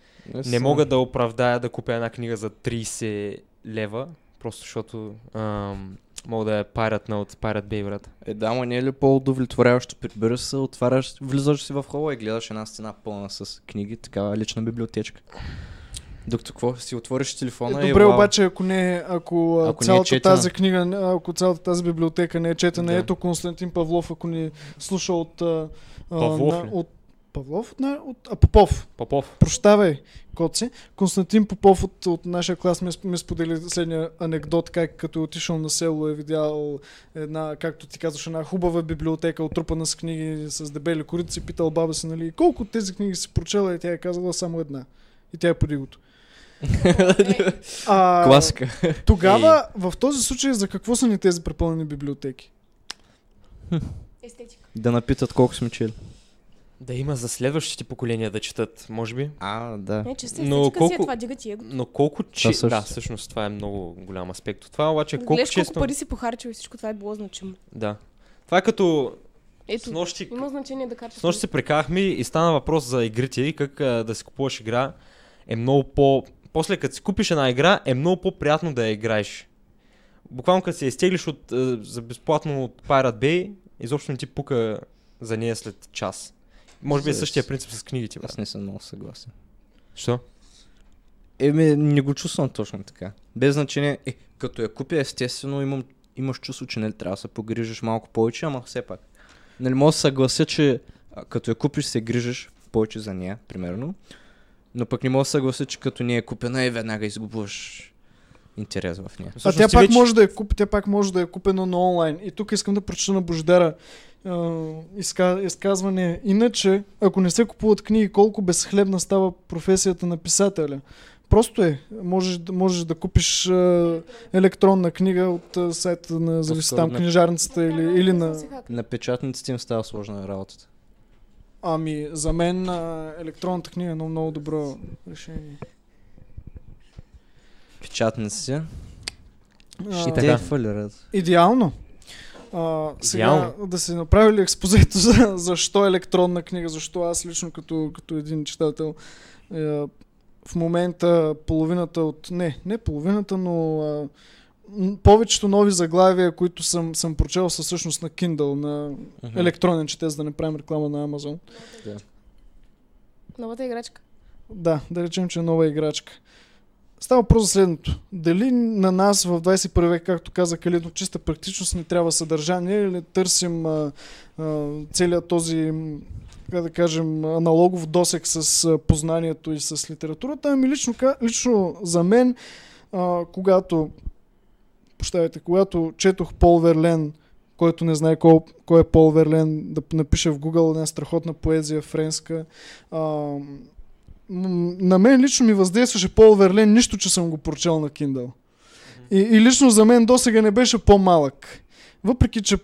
S2: не мога да оправдая да купя една книга за 30 лева, просто защото ам, мога да я парят на от Pirate Bay, брат.
S1: Е, да, ма не е ли по-удовлетворяващо? Прибираш се, отваряш, влизаш си в хола и гледаш една стена пълна с книги, такава лична библиотечка. Докато какво? Си отвориш телефона
S4: Е,
S1: и...
S4: добре,
S1: вау.
S4: обаче, ако не, ако,
S1: Ако не
S4: ако
S1: е
S4: цялата
S1: четена.
S4: тази книга, не- ако цялата тази библиотека не е четена,
S2: Да.
S4: да. ето Константин Павлов, ако ни слуша от... а, а,
S2: Павлов ли?
S4: на, от Павлов? Не, от, а, Попов.
S2: Попов.
S4: Прощавай, Коци. Константин Попов от, от нашия клас ми, ми сподели следния анекдот, как като е отишъл на село е видял една, както ти казваш, една хубава библиотека, отрупана с книги, с дебели корици, питал баба си, нали, колко от тези книги си прочела и тя е казала само една. И тя е подигото.
S5: Е,
S4: А,
S1: Класика.
S4: Тогава, в този случай, за какво са ни тези препълнени библиотеки?
S5: Естетика.
S1: Да напитат колко сме чели.
S2: Да има за следващите поколения да четат, може би.
S1: А, да.
S5: Не, чиста
S2: Но
S5: естетика си е
S2: колко-
S5: това, дига ти его.
S2: Но колко че...
S1: Да, също.
S2: Да, всъщност това е много голям аспект от това, обаче
S5: Че,
S2: колко
S5: Гледаш
S2: често...
S5: колко пари си похарчил и всичко това е било значимо.
S2: Да. Това е като
S5: Ето,
S2: с нощи,
S5: има значение да харчиш.
S2: с нощи се прекахме и стана въпрос за игрите и как а, да си купуваш игра е много по... После като си купиш една игра е много по-приятно да я играеш. Буквално като се изтеглиш от, а, за безплатно от Pirate Bay, изобщо не ти пука за нея след час. Може би е
S1: Yes.
S2: същия принцип с книгите. Брат.
S1: Аз не съм много съгласен.
S2: Що?
S1: Еми, не го чувствам точно така. Без значение, е, като я купя, естествено, имам, имаш чувство, че нали, трябва да се погрижиш малко повече, ама все пак. Нали, мога да се съглася, че а, като я купиш, се грижиш повече за нея, примерно. Но пък не мога да се съглася, че като не е купена и веднага изгубваш интерес в нея.
S4: А
S2: Всъщност
S4: тя
S2: ти
S4: пак,
S2: вече-
S4: може да е куп, тя пак може да е купена на онлайн. И тук искам да прочета на Бождера а, изка, изказване. Иначе, ако не се купуват книги, колко безхлебна става професията на писателя. Просто е. Можеш, да- можеш да купиш а, електронна книга от а, сайта на зависи
S1: По-скоро
S4: там
S1: на-
S4: книжарницата или, или на...
S1: На печатниците им става сложна работата.
S4: Ами, за мен а, електронната книга е едно много добро решение.
S1: Печатниците
S4: А,
S1: ще
S2: е Така.
S1: те фалират.
S4: Идеално. А, сега
S2: Идеално.
S4: да си направили експозито за, защо електронна книга, защо аз лично като, като един читател е, в момента половината от... Не, не половината, но а, м, повечето нови заглавия, които съм, съм прочел са всъщност на Kindle, на електронен четец, да не правим реклама на Amazon.
S5: Новата играчка.
S4: Да, да речем, че е нова играчка. Става въпрос за следното. Дали на нас в 21 век, както каза Калино, чиста практичност не трябва съдържание или търсим а, а, целият този, м, как да кажем, аналогов досек с а, познанието и с литературата. Ами лично, ка- лично за мен, а, когато, прощавайте, когато четох Пол Верлен, който не знае кой, кой е Пол Верлен, да напише в Google една страхотна поезия френска. А, М, на мен лично ми въздействаше Пол Верлен, нищо, че съм го прочел на Kindle. И, и лично за мен досега не беше по-малък. Въпреки, че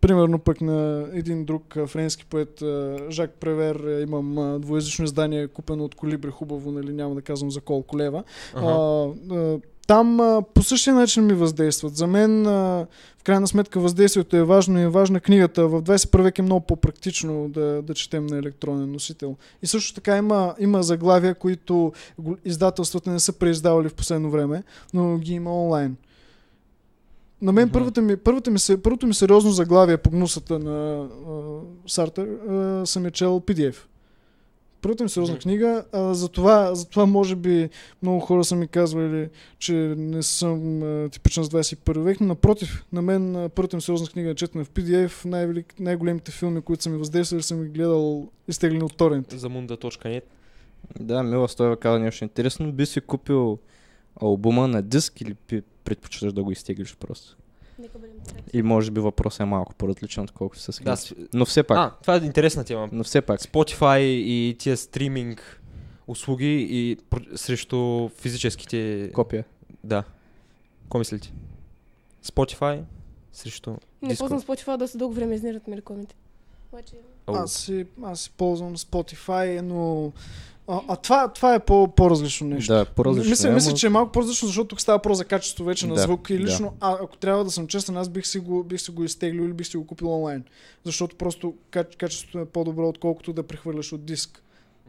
S4: примерно пък на един друг а, френски поет а, Жак Превер а, имам а, двоязично издание, купено от Колибри, хубаво, нали, няма да казвам за колко лева.
S2: Ага.
S4: А, а, там а, по същия начин ми въздействат. За мен а, в крайна сметка въздействието е важно и е важна книгата. В 21 век е много по-практично да, да четем на електронен носител. И също така има, има заглавия, които го- издателствата не са преиздавали в последно време, но ги има онлайн. На мен
S2: Мгм.
S4: първата ми, първата ми, се- първото ми сериозно заглавие по гнусата на а, Сартър а, съм я чел PDF. Първата ми сериозна
S2: Мгм.
S4: книга, а, за, това, за това може би много хора са ми казвали, че не съм а, типичен с 21 век, но напротив, на мен а, първата ми сериозна книга е четена в PDF, най-велик, най-големите филми, които са ми въздействали, съм ги гледал изтеглени от торент.
S2: За мунда.нет.
S1: Да, Мила Стоева каза нещо интересно. Би си купил албума на диск или пи- предпочиташ да го изтеглиш просто?
S5: Нека бъдем така.
S1: И може би въпросът е малко по-различен, отколкото с
S2: Да,
S1: книгите.
S2: с...
S1: Но все пак,
S2: Значи, А, това е интересна тема.
S1: но все пак.
S2: Spotify и тия стриминг услуги и пр- срещу физическите...
S1: Копия.
S2: Да. Ко мислите? Spotify срещу...
S5: Не
S2: Диско.
S5: ползвам Spotify доста дълго време изнират ми рекламите. Обаче,
S4: Е,
S2: О,
S4: Аз си, аз си ползвам Spotify, но... А, а това, това е по, по-различно нещо.
S1: Да, по-различно.
S4: мисля,
S1: е,
S4: мисля,
S1: ама-
S4: че е малко по-различно, защото тук става про за качество вече на
S1: Да,
S4: звук и
S1: да.
S4: лично, а, ако трябва да съм честен, аз бих си го, бих си го изтеглил или бих си го купил онлайн. Защото просто каче, качеството е по-добро, отколкото да прехвърляш от диск,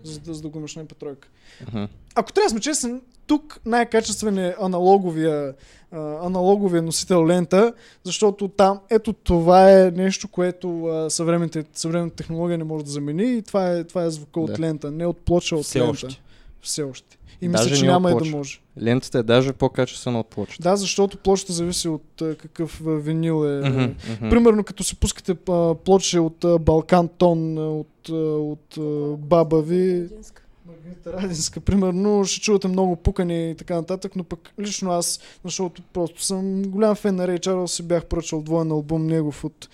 S4: за, да- за да го имаш на петройка.
S1: Мгм.
S4: Ако трябва да сме честен, тук най-качествен е аналоговия, а, аналоговия носител лента, защото там ето това е нещо, което а, съвременната, съвременната технология не може да замени и това е, това е звука от
S1: Да.
S4: лента, не от плоча, а от
S2: Все
S4: лента.
S2: още.
S4: Все още. И
S1: Даже
S4: мисля, че
S1: не от
S4: няма и да
S1: плоча.
S4: може.
S1: Лентата е даже по-качествена от плочата.
S4: Да, защото плочата зависи от а, какъв а, винил е.
S1: Мгм, мгм.
S4: Примерно, като си пускате а, плоче от а, Балкан Тон, а, от, а, от а, баба ви,
S5: Динска.
S4: Маргарита Радинска, примерно, ще чувате много пукане и така нататък, но пък лично аз, защото просто съм голям фен на Рей Чарлз, си бях поръчал двоен албум негов от,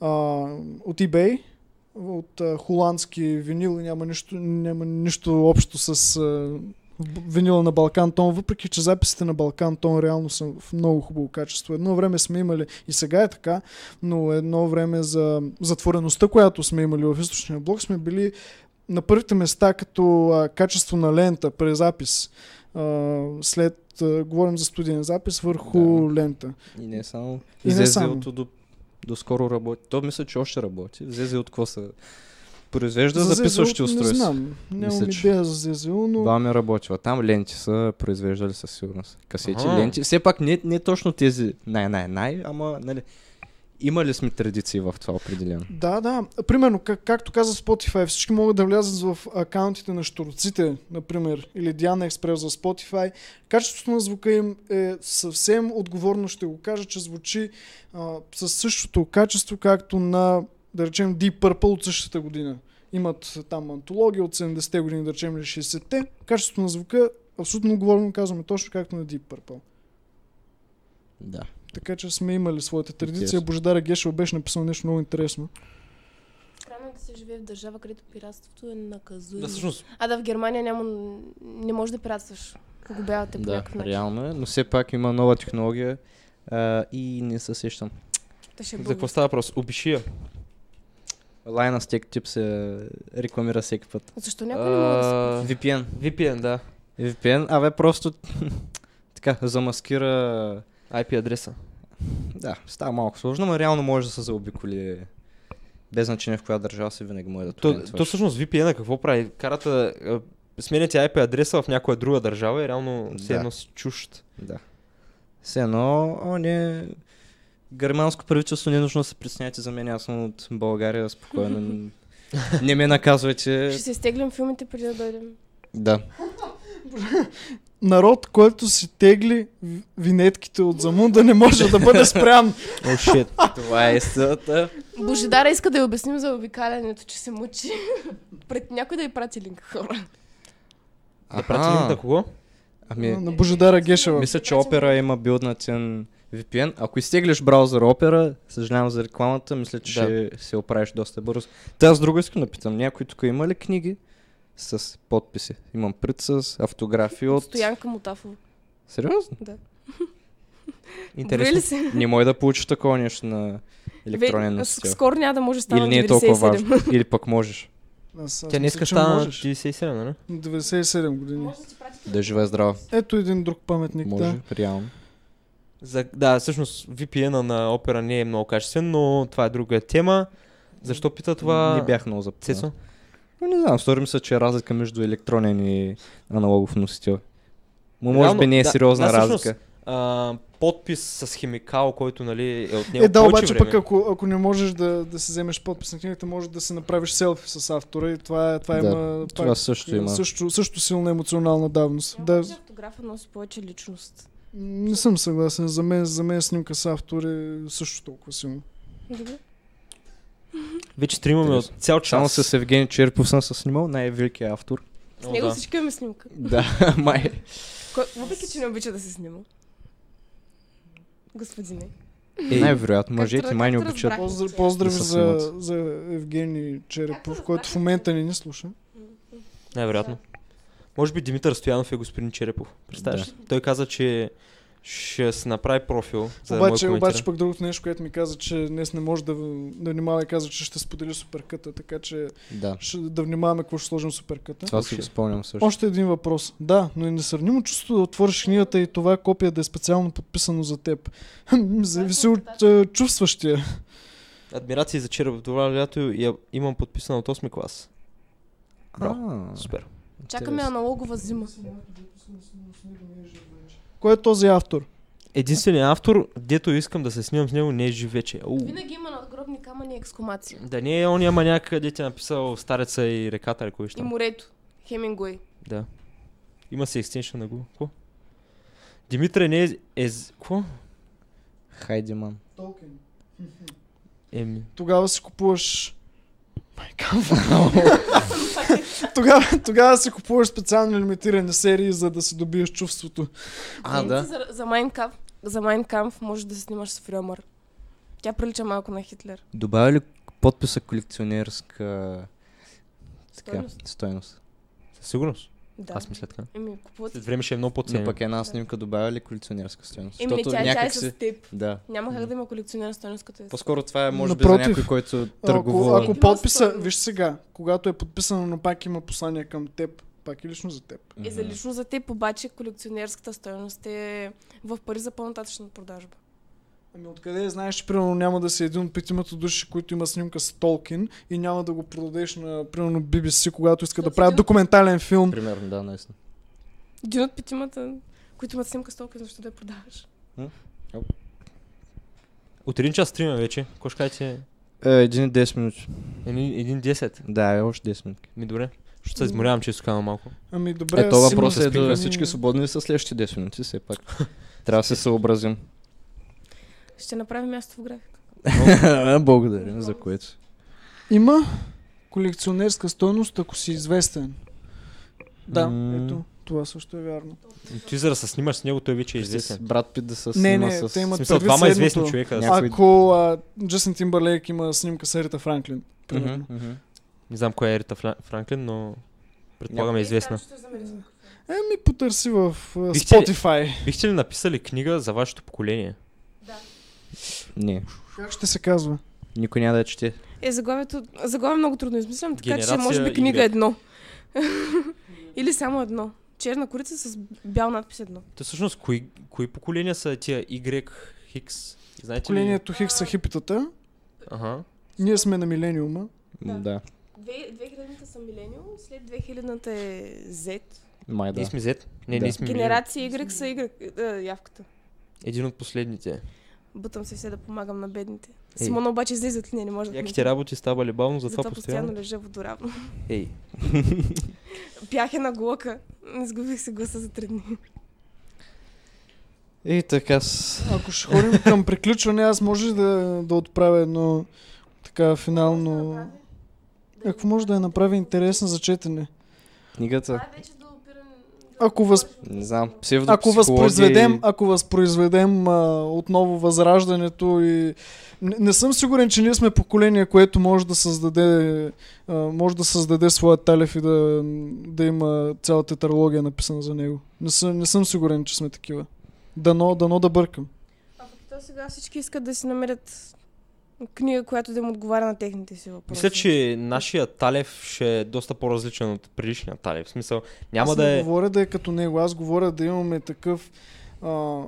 S4: а, от eBay, от а, холандски винил, и няма нищо, няма нищо общо с а, б- винила на Балкан Тон, въпреки че записите на Балкан Тон реално са в много хубаво качество. Едно време сме имали, и сега е така, но едно време за затвореността, която сме имали в източния блок, сме били на първите места като а, качество на лента, презапис. А, след, а, говорим за студиен запис върху
S1: Да.
S4: лента.
S1: И не е само.
S4: И не само.
S1: Зезелото до, до скоро работи. То мисля, че още работи. Зезе от какво се произвежда
S4: За
S1: записващи
S4: ЗЗО
S1: устройства.
S4: Не знам, нямам
S1: Мисля, че-
S4: идея за ЗЗО, но...
S1: Баме работила. Там ленти са произвеждали със сигурност. Касети,
S2: Аха.
S1: ленти. Все пак не, не точно тези най-най-най, ама нали, имали сме традиции в това определено.
S4: Да, да. Примерно, как, както каза Spotify, всички могат да влязат в акаунтите на штурците, например, или Диана Експрес за Spotify. Качеството на звука им е съвсем отговорно, ще го кажа, че звучи а, със същото качество, както на, да речем, Deep Purple от същата година. Имат там антология от 70-те години, да е речем, или 60-те. Качеството на звука, абсолютно отговорно казваме, точно както на Deep Purple.
S1: Да.
S4: Така че сме имали своята традиция.
S1: Интересно.
S4: Божидара Гешева беше написал нещо много интересно.
S5: Странно е да се живее в държава, където пиратството е наказуемо.
S2: Да, всъщност,
S5: А да, в Германия няма, не може да пиратстваш. Погубявате по
S1: Да,
S5: някакъв начин.
S1: реално е, но все пак има нова технология а, и не се сещам.
S5: Та ще
S2: за
S5: бъде.
S2: какво става въпрос? Обишия.
S1: Line Stack Tip се рекламира всеки път.
S5: Защо някой не може да се...
S1: VPN.
S2: VPN, да.
S1: VPN, абе просто така, замаскира...
S2: IP адреса.
S1: Да, става малко сложно, но реално може да се заобиколи. Без значение в коя държава си, винаги може да
S2: То,
S1: торентваш.
S2: то всъщност VPN какво прави? Карата, а, сменяте IP адреса в някоя друга държава и реално все
S1: Да.
S2: едно си чужд.
S1: Да. Все едно, о, не... Германско правителство не е нужно да се притеснявате за мен, аз съм от България, спокойно. не ме наказвайте.
S5: Ще се изтеглям филмите преди да дойдем.
S1: Да.
S4: Народ, който си тегли в- винетките от Замунда не може да бъде спрян.
S1: О, shit. Това е истината.
S5: Божидара иска да я обясним за обикалянето, че се мъчи. Пред някой да й прати линк хора.
S2: Да прати линк на кого?
S1: Ами,
S4: На Божидара Гешева.
S1: мисля, че Opera има билднатен VPN. Ако изтеглиш браузър Opera, съжалявам за рекламата, мисля, че
S2: Да.
S1: ще се оправиш доста бързо. Та аз друго искам да питам. Някой тук има ли книги с подписи? Имам пред с автографи от...
S5: Стоянка Мутафова.
S1: Сериозно?
S5: Интересно.
S2: Интересно.
S5: ли се?
S1: Не може да получиш такова нещо на електронен
S5: Ве-
S1: носител.
S5: Скоро няма да може да стане
S1: Или не е толкова важно. Или пък можеш.
S4: Аз- аз
S2: Тя не
S4: мисля,
S2: иска
S4: че
S2: стана
S4: можеш.
S2: 97, нали?
S4: На 97 години.
S1: Да живее здраво.
S4: Ето един друг паметник, да.
S1: Може, реално.
S2: За, да, всъщност VPN-а на опера не е много качествен, но това е друга тема. Защо пита това?
S1: Не бях много запитан.
S2: Цецо?
S1: Но не знам, стори ми се, че е разлика между електронен и аналогов носител. Но може
S2: Реално,
S1: би не е
S2: да.
S1: сериозна
S2: Да, всъщност,
S1: разлика.
S2: А, подпис с химикал, който нали, е от него
S4: Е, да,
S2: повече
S4: обаче
S2: време.
S4: пък ако, ако не можеш да, да си вземеш подпис на книгата, може да си направиш селфи с автора и това, е- това
S1: Да,
S4: има
S1: Това
S4: пак,
S1: също има.
S4: Също, също силна емоционална давност.
S5: Да.
S4: Да,
S5: Автографа носи повече личност.
S4: не съм съгласен. За мен, за мен снимка с автор е също толкова силно.
S5: Добре.
S2: Вече стримаме от
S1: Интересно.
S2: цял час.
S1: Само с Евгений Черпов съм се снимал, най-великият автор.
S2: О,
S5: С него
S2: да.
S5: всички имаме снимка.
S1: Да, май.
S5: Кой, въпреки, че не обича да се снима. Господине.
S1: Е, най-вероятно,
S5: Как
S1: мъжете
S5: тръг-
S1: май не
S5: как
S1: обичат.
S5: разбрах?
S4: Поздрави, поздрави
S1: Не съм
S4: за, за Евгений Черепов, който в момента не ни слуша.
S1: Е,
S2: Най-вероятно. Може би Димитър Стоянов е господин Черепов. Представяш? Да. Той каза, че ще се направи профил за
S4: обаче,
S2: да му е
S4: обаче пък другото нещо, което ми каза, че днес не може да, да внимава и каза, че ще сподели суперкъта, така че
S1: Да,
S4: ще, да внимаваме какво ще сложим в суперкъта.
S1: това си го спомням също.
S4: Още един въпрос. Да, но е несравнимо чувство да отвориш книгата и това копие да е специално подписано за теб. Зависи от е, чувстващия.
S2: Адмирации за Черепов. Това лято я имам подписана от 8 клас.
S1: А,
S2: Супер.
S5: Чакаме аналогова зима.
S4: Кой е този автор?
S2: Единственият автор, дето искам да се снимам с него, не е жив вече. Уу.
S5: Винаги има надгробни камъни и ексхумации.
S2: Да не е ония маняк, където е написал Стареца и реката, или кой ще
S5: И
S2: там.
S5: морето. Хемингуей.
S2: Да. Има си екстеншън на Google. Ко? Димитър не е... е... Ко?
S1: Хайдеман.
S2: Еми.
S4: Тогава си купуваш... Майка му. тогава, тогава си купуваш специално лимитирани серии, за да си добиеш чувството.
S1: А, да.
S5: За, за Майнкамп. За Майнкамп може да се снимаш с Фрюмър. Тя прилича малко на Хитлер.
S1: Добавя ли подписа колекционерска така,
S5: Стойност.
S1: стойност?
S2: Със сигурност.
S5: Да.
S2: Аз мисля така.
S5: Еми, купуват.
S2: След време ще е много
S1: Но
S2: по-ценно.
S1: пък една снимка добавя ли колекционерска стойност?
S5: Еми, не, тя, тя е с теб.
S1: Да.
S5: Няма как да има колекционер стойност като е.
S1: По-скоро това е може би за
S4: Напротив.
S1: някой, който
S4: Ако,
S1: търгува.
S4: ако
S5: Има
S4: подписа,
S5: стойност.
S4: виж сега, когато е подписано, но пак има послание към теб, пак е лично за теб.
S5: Е, за лично за теб, обаче колекционерската стойност е в пари за по-нататъчна продажба.
S4: Ами откъде знаеш, че примерно няма да си един от петимата души, които има снимка с Толкин и няма да го продадеш на примерно BBC, когато иска да
S5: Защото
S4: правят
S5: един-
S4: документален филм.
S1: Примерно, да, наистина.
S5: Един от петимата, които имат снимка с толкова, защо да я продаваш?
S2: От един час стрима вече. Кой ще кажете?
S1: Е, един и 10 минути.
S2: Един, един 10.
S1: Да, е още 10 минути.
S2: Ми добре. Ще се изморявам, че изкам малко.
S4: Ами добре,
S1: Е, то
S4: Симон,
S1: въпрос е
S4: спихаме
S1: до
S4: ни-
S1: всички свободни ли са следващите 10 минути, все пак. Трябва да се съобразим.
S5: Ще направим място в графика.
S1: Благодарим за което.
S4: Има колекционерска стойност, ако си известен. Да,
S1: М,
S4: ето. Това също е вярно.
S2: Ти за да се снимаш с него, той вече е
S1: Преди
S2: известен.
S1: Брат Пит да се
S4: Не,
S1: снима
S4: не,
S1: с...
S4: те
S2: В
S4: имат
S2: смисъл,
S4: предвид
S2: двама известни
S4: следното.
S2: човека.
S1: Ня-
S2: Аз
S1: Някой-
S4: Ако а, Джастин Тимбърлейк има снимка с Арита Франклин, примерно.
S1: Мгм, мгм.
S2: не знам коя е Ерита Фра- Франклин, но предполагам е известна.
S4: Еми, потърси в а,
S2: Бихте ли-
S4: Spotify.
S2: Бихте ли написали книга за вашето поколение?
S1: Не,
S4: Как ще се казва?
S1: никой няма да я чете.
S5: Е, заглавието, заглавие много трудно измислям, така че
S2: Генерация
S5: може би книга
S2: Y.
S5: едно. Или само едно. Черна корица с бял надпис едно.
S2: То всъщност, кои, кои поколения са тия Y, Хикс? Знаете ли?
S4: Поколението Хикс са хипитата.
S2: Ага.
S4: Ние сме на милениума.
S1: Да.
S5: Да.
S1: да.
S5: 2000-та са милениум, след 2000-та е Z.
S1: Май Е, да.
S2: Ние сме Z. Не,
S1: Да.
S2: ние сме Генерат...
S5: Генерация Y са Y, е, явката.
S2: Един от последните.
S5: Бутам се все да помагам на бедните.
S2: Ей.
S5: Симона обаче излизат ли не, не може да
S2: Яките работи става ли бавно, затова,
S5: Затова
S2: постоянно...
S5: постоянно лежа водоравно.
S2: Ей,
S5: Бях една е глока. Изгубих се гласа за три дни.
S1: И така с...
S4: Ако ще ходим към приключване, аз може да, да отправя едно така финално... Е, Какво може да я направи интересна за четене?
S1: Книгата,
S5: е
S4: Ако, въз...
S1: не знам,
S4: ако
S1: псевдопсихология...
S4: възпроизведем,
S1: и-
S4: ако възпроизведем а, отново възраждането и... Не, не съм сигурен, че ние сме поколение, което може да създаде, а, може да създаде своя талев и да, да има цяла тетралогия написана за него. Не съм, не съм сигурен, че сме такива. Дано, дано да бъркам.
S5: А пък то сега всички искат да си намерят книга, която да им отговаря на техните си въпроси.
S2: мисля, че нашия Талев ще е доста по-различен от предишния Талев. В смисъл, няма
S4: аз
S2: да
S4: не
S2: е...
S4: говоря да е като него, аз говоря да имаме такъв а,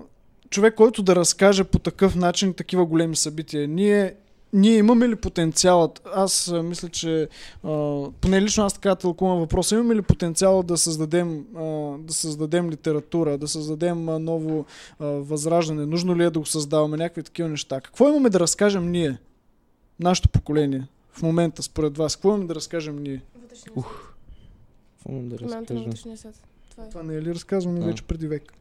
S4: човек, който да разкаже по такъв начин такива големи събития. Ние, ние имаме ли потенциалът? Аз а, мисля, че а, поне лично аз така тълкувам въпроса. Имаме ли потенциала да създадем, а, да създадем литература, да създадем а, ново а, възраждане? Нужно ли е да го създаваме? Някакви такива неща. Какво имаме да разкажем ние? Нашето поколение в момента, според вас, какво имаме да разкажем ние?
S5: Вътрешния свят.
S1: Какво мога да
S5: Промяната на
S1: разкажа?
S5: вътрешния свят. Това е.
S4: Това не е ли разказваме
S1: Да.
S4: вече преди век?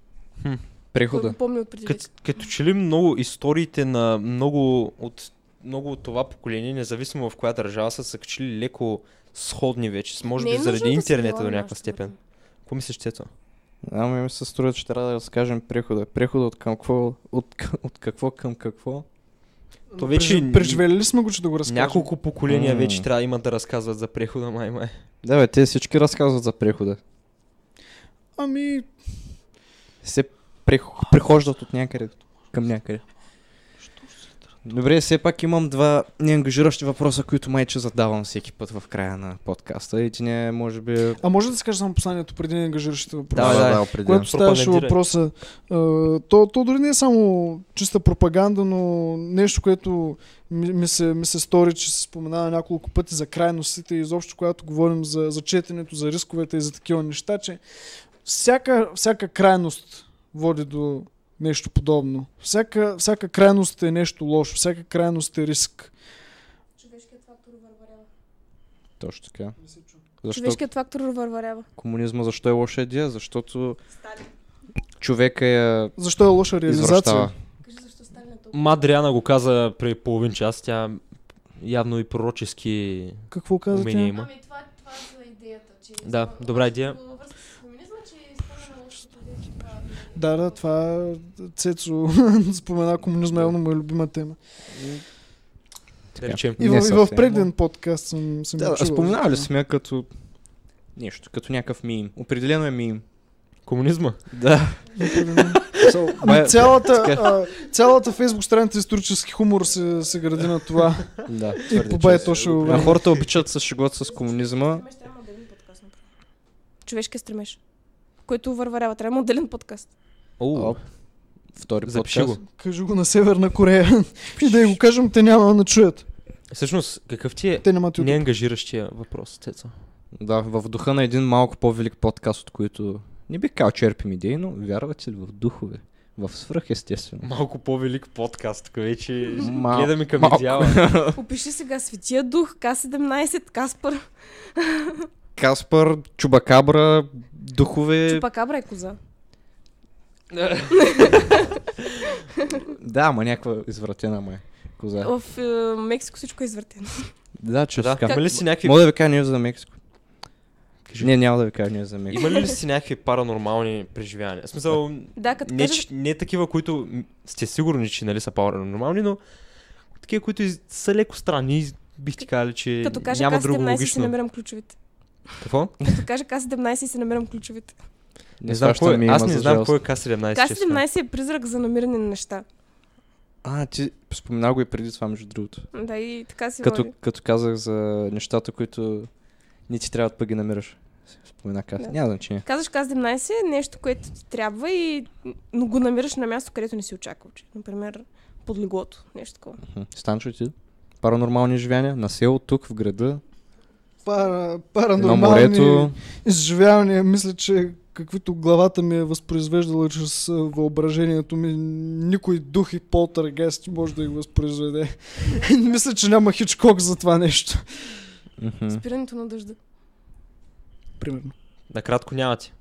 S5: Кой
S1: Прехода.
S5: го помни от преди век.
S2: Кът, като че ли много историите на много от, много от това поколение, независимо в коя държава са, са като че ли леко сходни вече. С- Може
S5: Не
S2: би
S5: е
S2: заради
S5: нужно да се
S2: интернета
S5: говори
S2: до някаква
S5: нещо
S2: степен. Какво мислиш, Цецо?
S1: Ама ми се струва, че трябва да разкажем прехода. Прехода от, към какво, от, к- от какво към какво.
S2: То вече
S4: Прежи- Преживели ли сме го, че да го разкажем?
S2: няколко поколения
S1: М.
S2: вече трябва да имат да разказват за прехода, май май.
S1: Да, бе, те всички разказват за прехода.
S4: Ами,
S1: Се прех- прехождат от някъде към някъде. Добре, все пак имам два неангажиращи въпроса, които майче задавам всеки път в края на подкаста. И ти не, може би...
S4: а може да се каже само посланието преди да ангажиращите въпроси?
S2: Давай, давай.
S1: определено.
S4: Когато ставаше
S2: Пропагандирай.
S4: въпроса, а, то, то дори не е само чиста пропаганда, но нещо, което ми, ми, се, ми се стори, че се споменава няколко пъти за крайностите и изобщо, когато говорим за, за четенето, за рисковете и за такива неща, че всяка, всяка крайност води до нещо подобно. Всяка, всяка крайност е нещо лошо, всяка крайност е риск.
S5: Човешкият фактор върварява.
S1: Точно така. Защо
S5: Човешкият фактор върварява.
S1: комунизма, защо е лоша идея? Защото
S5: Сталин.
S1: човека я
S4: Защо е лоша реализация?
S1: извращава.
S5: Кажи защо Сталин е толкова.
S2: Мадриана го каза преди половин час, тя явно и пророчески
S4: Какво казвате?
S2: умения има.
S5: Ами това, това за идеята, че...
S2: Да, добра идея.
S5: Във връзка с феминизма, че е изпълнена лошото идея. е
S4: Да, да, това Цецо спомена комунизма, явно му е любима тема.
S2: Да речем.
S4: И,
S1: Не
S4: в, и в
S1: съвсем.
S4: преден подкаст съм, съм
S1: Да,
S4: чувал.
S1: споменава ли сме като нещо, като някакъв мим? Определено е мим.
S2: Комунизма.
S1: Да.
S4: Определено.
S1: So,
S4: Ами, цялата, а, цялата фейсбук страница исторически хумор се, се гради на това.
S1: да,
S4: И
S1: твърде
S4: по бай
S1: често.
S4: точно
S1: А
S4: време.
S1: хората обичат с шегот с комунизма.
S5: Стремеж трябва да един подкаст направим. Човешкият стремеж. Който върварява. Трябва отделен подкаст.
S2: О,
S1: Оп. Втори
S2: запиши го.
S1: подкаст.
S4: Кажи го на Северна Корея. и да й го кажем, те няма да не чуят.
S2: Всъщност, какъв ти е
S4: Те нямат YouTube.
S2: неангажиращия въпрос, Цецо?
S1: Да, в духа на един малко по-велик подкаст, от които не бих казал черпим идеи, но вярвате ли в духове? В свръхестествено.
S2: Малко по-велик подкаст, тук вече
S1: Мал-
S2: гледаме към
S1: малко. е
S2: идеала.
S5: Опиши сега Светия Дух, К-17, Каспар.
S1: Каспар, Чубакабра, духове...
S5: Чупакабра е коза.
S1: Да, ама някаква извратена май. Коза.
S5: В е, Мексико всичко е извъртено.
S1: Да, че
S2: Да,
S1: така.
S2: има ли си някакви...
S1: Мога да ви кажа нещо за Мексико.
S2: Кажи.
S1: Не, няма да ви кажа, ние за Мексико.
S2: Има ли си някакви паранормални преживявания? В смисъл,
S3: Да, като
S2: не,
S3: кажеш,
S2: че, не такива, които м, сте сигурни, че нали, са паранормални, но такива, които из- са леко странни и бих ти казали, че
S3: като кажа
S2: няма друго
S3: К17 си
S2: логично.
S3: намирам ключовите.
S2: Какво?
S3: Като кажа К17 си намирам ключовите.
S2: Не знам
S1: Схващам
S2: кой е.
S1: ми,
S2: Аз
S1: има
S2: не
S1: за
S2: знам
S1: жалост.
S2: кой е К17. честно.
S3: К17 е призрак за намиране на неща.
S1: А, ти спомена го и преди това, между другото.
S3: Да, и така си
S1: Като,
S3: води.
S1: като казах за нещата, които не ти трябват, пък ги намираш. Спомена как.
S3: Да.
S1: Няма значение.
S3: Казваш К17 нещо, което ти трябва, и... но го намираш на място, където не си очаквал. Че, например, под леглото. Нещо такова.
S1: Мгм. Станчо и ти? Паранормални живяния? На село, тук, в града,
S4: Пара,
S1: на
S4: паранормални
S1: морето.
S4: изживявания, мисля, че каквито главата ми е възпроизвеждала чрез а, въображението ми, никой дух и полтергест може да ги възпроизведе. мисля, че няма хичкок за това нещо.
S1: Мгм.
S5: Спирането на дъжда.
S4: Примерно.
S2: Накратко нямате.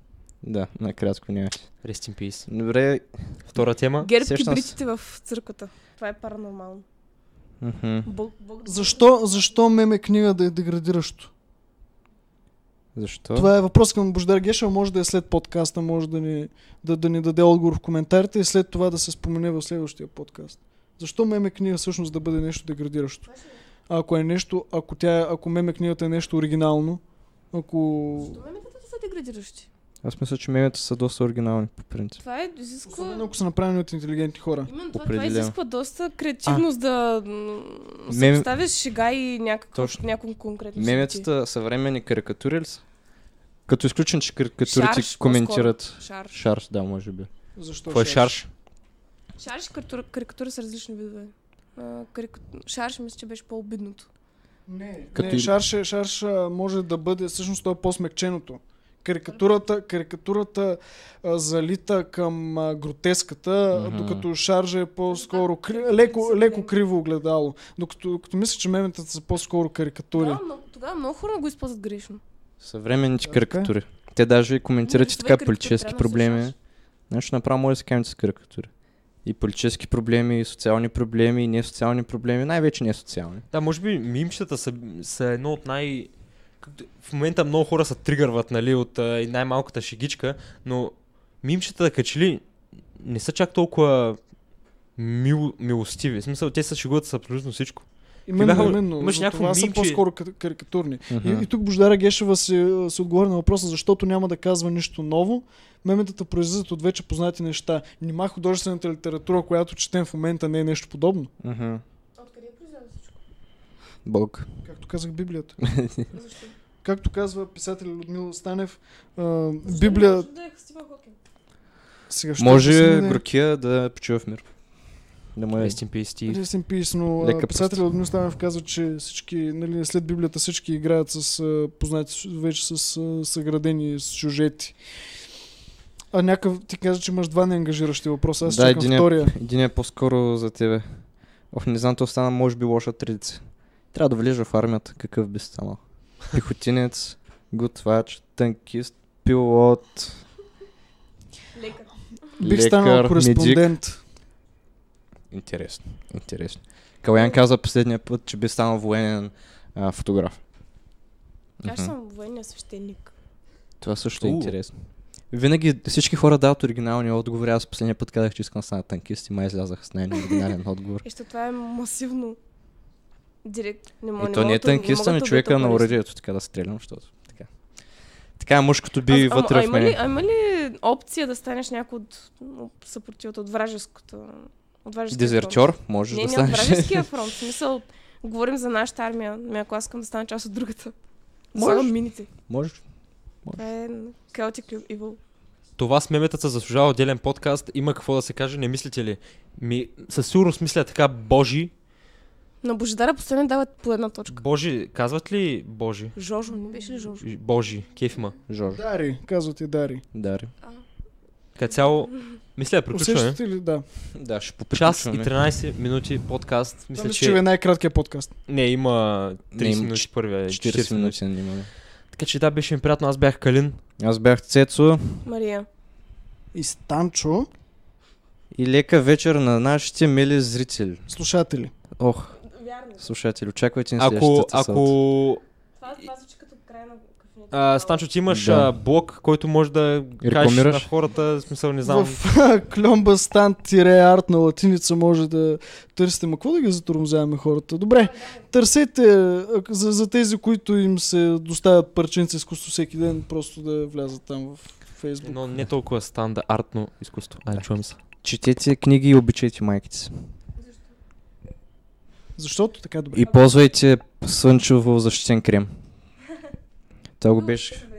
S1: Да, накратко няма.
S2: Rest in peace.
S1: Добре.
S2: Втора тема.
S3: Герб и
S1: сещам се.
S3: бритите в църквата. Това е паранормално.
S1: Мгм.
S3: Бог, бог...
S4: Защо, защо меме книга да е деградиращо?
S1: Защо?
S4: Това е въпрос към Бождар Гешев, може да е след подкаста, може да ни, да, да ни даде отговор в коментарите и след това да се спомене в следващия подкаст. Защо меме книга всъщност да бъде нещо деградиращо? А ако е нещо, ако, тя, е- ако меме книгата е нещо оригинално, ако...
S5: Меметата са деградиращи.
S1: Аз мисля, че мемета са доста оригинални, по принцип.
S5: Това е изисква...
S4: Особено ако са направени от интелигентни хора.
S5: Именно това, това
S1: Определено.
S5: изисква доста креативност да м,
S1: Мем-
S5: съпоставяш шега и някакво,
S1: Точно.
S5: някакво
S3: Е,
S5: конкретно събитие.
S1: Меметата съвременни карикатури ли са? Като изключен, че карикатурите
S3: Шарш,
S1: коментират.
S3: Шарш.
S1: Шарш, да, може би.
S4: Защо?
S2: Какво е
S4: шарш?
S2: шарш?
S3: Шарш и карикатура, карикатура са различни видове. А, карик... Шарш мисля, че беше по-обидното.
S4: Не,
S1: Като
S4: не
S1: и-
S4: шарш, е- шарш а, може да бъде, всъщност той е по-смекченото. Карикатурата, карикатурата а, залита към а, гротеската,
S1: Мгм.
S4: mm-hmm. докато шаржа е по-скоро кри... леко, леко криво огледало. Докато, докато мисля, че меметата са по-скоро карикатури.
S5: Тогава много, тогава много хора го използват грешно.
S1: Съвременните
S4: Да,
S1: карикатури. Те даже и коментират и
S5: Нарисувай
S1: така
S5: карикатура,
S1: политически
S5: трябва да
S1: проблеми.
S5: слушаш.
S1: Значи направо може да се кажем с карикатури. И политически проблеми, и социални проблеми, и несоциални проблеми, най-вече несоциални.
S2: Да, може би мимчетата са, са едно от най... както- В момента много хора се тригърват, нали, от а, и най-малката шегичка, но мимчетата качели не са чак толкова мил, милостиви. В смисъл, те се шегуват с абсолютно всичко.
S4: Именно,
S2: бяха-
S4: именно.
S2: имаш
S4: за
S2: някакво
S4: това са
S2: мимче.
S4: по-скоро кар- карикатурни.
S1: Мгм.
S4: И, и тук Бождара Гешева се, се отговори на въпроса, защото няма да казва нищо ново. Меметата произлизат от вече познати неща. Нима художествената литература, която четем в момента, не е нещо подобно.
S1: Мгм.
S5: Откъде произлезе всичко?
S1: Бог.
S4: Както казах Библията.
S5: Защо?
S4: Както казва писателя Людмила Станев, а, Библия...
S5: Да е Стивън Хокинг.
S4: Сега ще е
S1: Може
S4: обясня, не.
S1: Горкия да почива в мир. Да му е.
S2: Rest in peace, Steve.
S4: Ресен пис, но
S1: Лека
S4: а, писателя
S1: пръст.
S4: Людмил Станев казва, че всички, нали, след Библията всички играят с а, познати, с- вече с а, съградени сюжети. А някакъв ти каза, че имаш два неангажиращи въпроса. Аз
S1: Да,
S4: да, чакам
S1: единия-
S4: е втория.
S1: Един е по-скоро за тебе. Ох, не знам, то стана може би лоша традиция. Трябва да влежа в армията, какъв би станал. Пехотинец, готвач, танкист, пилот,
S5: Лекар.
S4: Бих
S1: лекар,
S4: станал
S1: медик.
S4: кореспондент.
S1: Интересно, интересно. Калян каза последния път, че би станал военен а, фотограф.
S3: Аз
S1: Мгм.
S3: съм военния свещеник.
S1: Това също е
S2: У.
S1: интересно. Винаги всички хора дават оригинални отговори. Аз последния път казах, че искам да стана танкист и май излязах с най-оригинален отговор.
S3: И ще това е масивно. Директ. Не мога,
S1: И то не е
S3: мога да-
S1: танкиста,
S3: мога
S1: ми
S3: да
S1: човека на
S3: обетопаря.
S1: оръдието, така да стрелям, защото така. Така мъжкото би
S3: а,
S1: вътре
S3: а,
S1: в
S3: има ли,
S1: мен.
S3: а има ли опция да станеш някой от м, съпротивата, от вражеското? От вражеския фронт?
S1: Дезертьор, можеш
S3: Не,
S1: да
S3: не от
S1: станеш.
S3: вражеския фронт. В смисъл, говорим за нашата армия. Ами ако аз искам да стана част от другата.
S1: Можеш.
S3: Може. мините.
S1: Можеш.
S3: Това е Celtic Evil.
S2: Това с меметата заслужава отделен подкаст. Има какво да се каже, не мислите ли? Ми, със сигурност мисля така, божи.
S3: На Божидара постоянно дават по една точка.
S2: Божи, казват ли божи?
S3: Жожо, не беше ли Жожо?
S2: Ж- Божи, кефма.
S1: Жорж.
S4: Дари, казват и Дари.
S1: Дари.
S2: Така цяло, мисля, приключваме.
S4: Усещате ли? Да.
S1: Да, ще
S2: Час и
S1: поприключваме.
S2: 13 минути подкаст.
S4: Мисля,
S2: Мисля,
S4: мисля, че е
S2: че...
S4: най-краткият подкаст.
S2: Не, има 30
S1: Не, има
S2: минути първия. е
S1: 40 минути не имаме.
S2: Така че да, беше ми приятно. Аз бях Калин.
S1: Аз бях Цецо
S3: Мария.
S4: И Станчо,
S1: и лека вечер на нашите мили зрители.
S4: слушатели.
S1: Ох,
S3: Вярно.
S1: слушатели, очаквайте ни
S2: Ако,
S1: следващата седмица.
S2: ако
S3: Това Аз това звучи като край на кафенето.
S2: А, Станчо, ти имаш
S1: Да.
S2: да. а, блог, който може да кажеш на
S1: Рекламираш?
S2: хората, в смисъл не знам. В...
S4: В кльомба стан-арт на латиница може да търсите. Ма какво да ги затормозяваме хората? Добре, търсете а, за, за тези, които им се доставят парченци изкуство всеки ден, просто да влязат там в Фейсбук.
S2: Но не толкова стандартно изкуство. Ай, чувам се.
S1: Четете книги и обичайте майките си.
S4: Защото така добре.
S1: И ползвайте слънчево защитен крем. Това го беше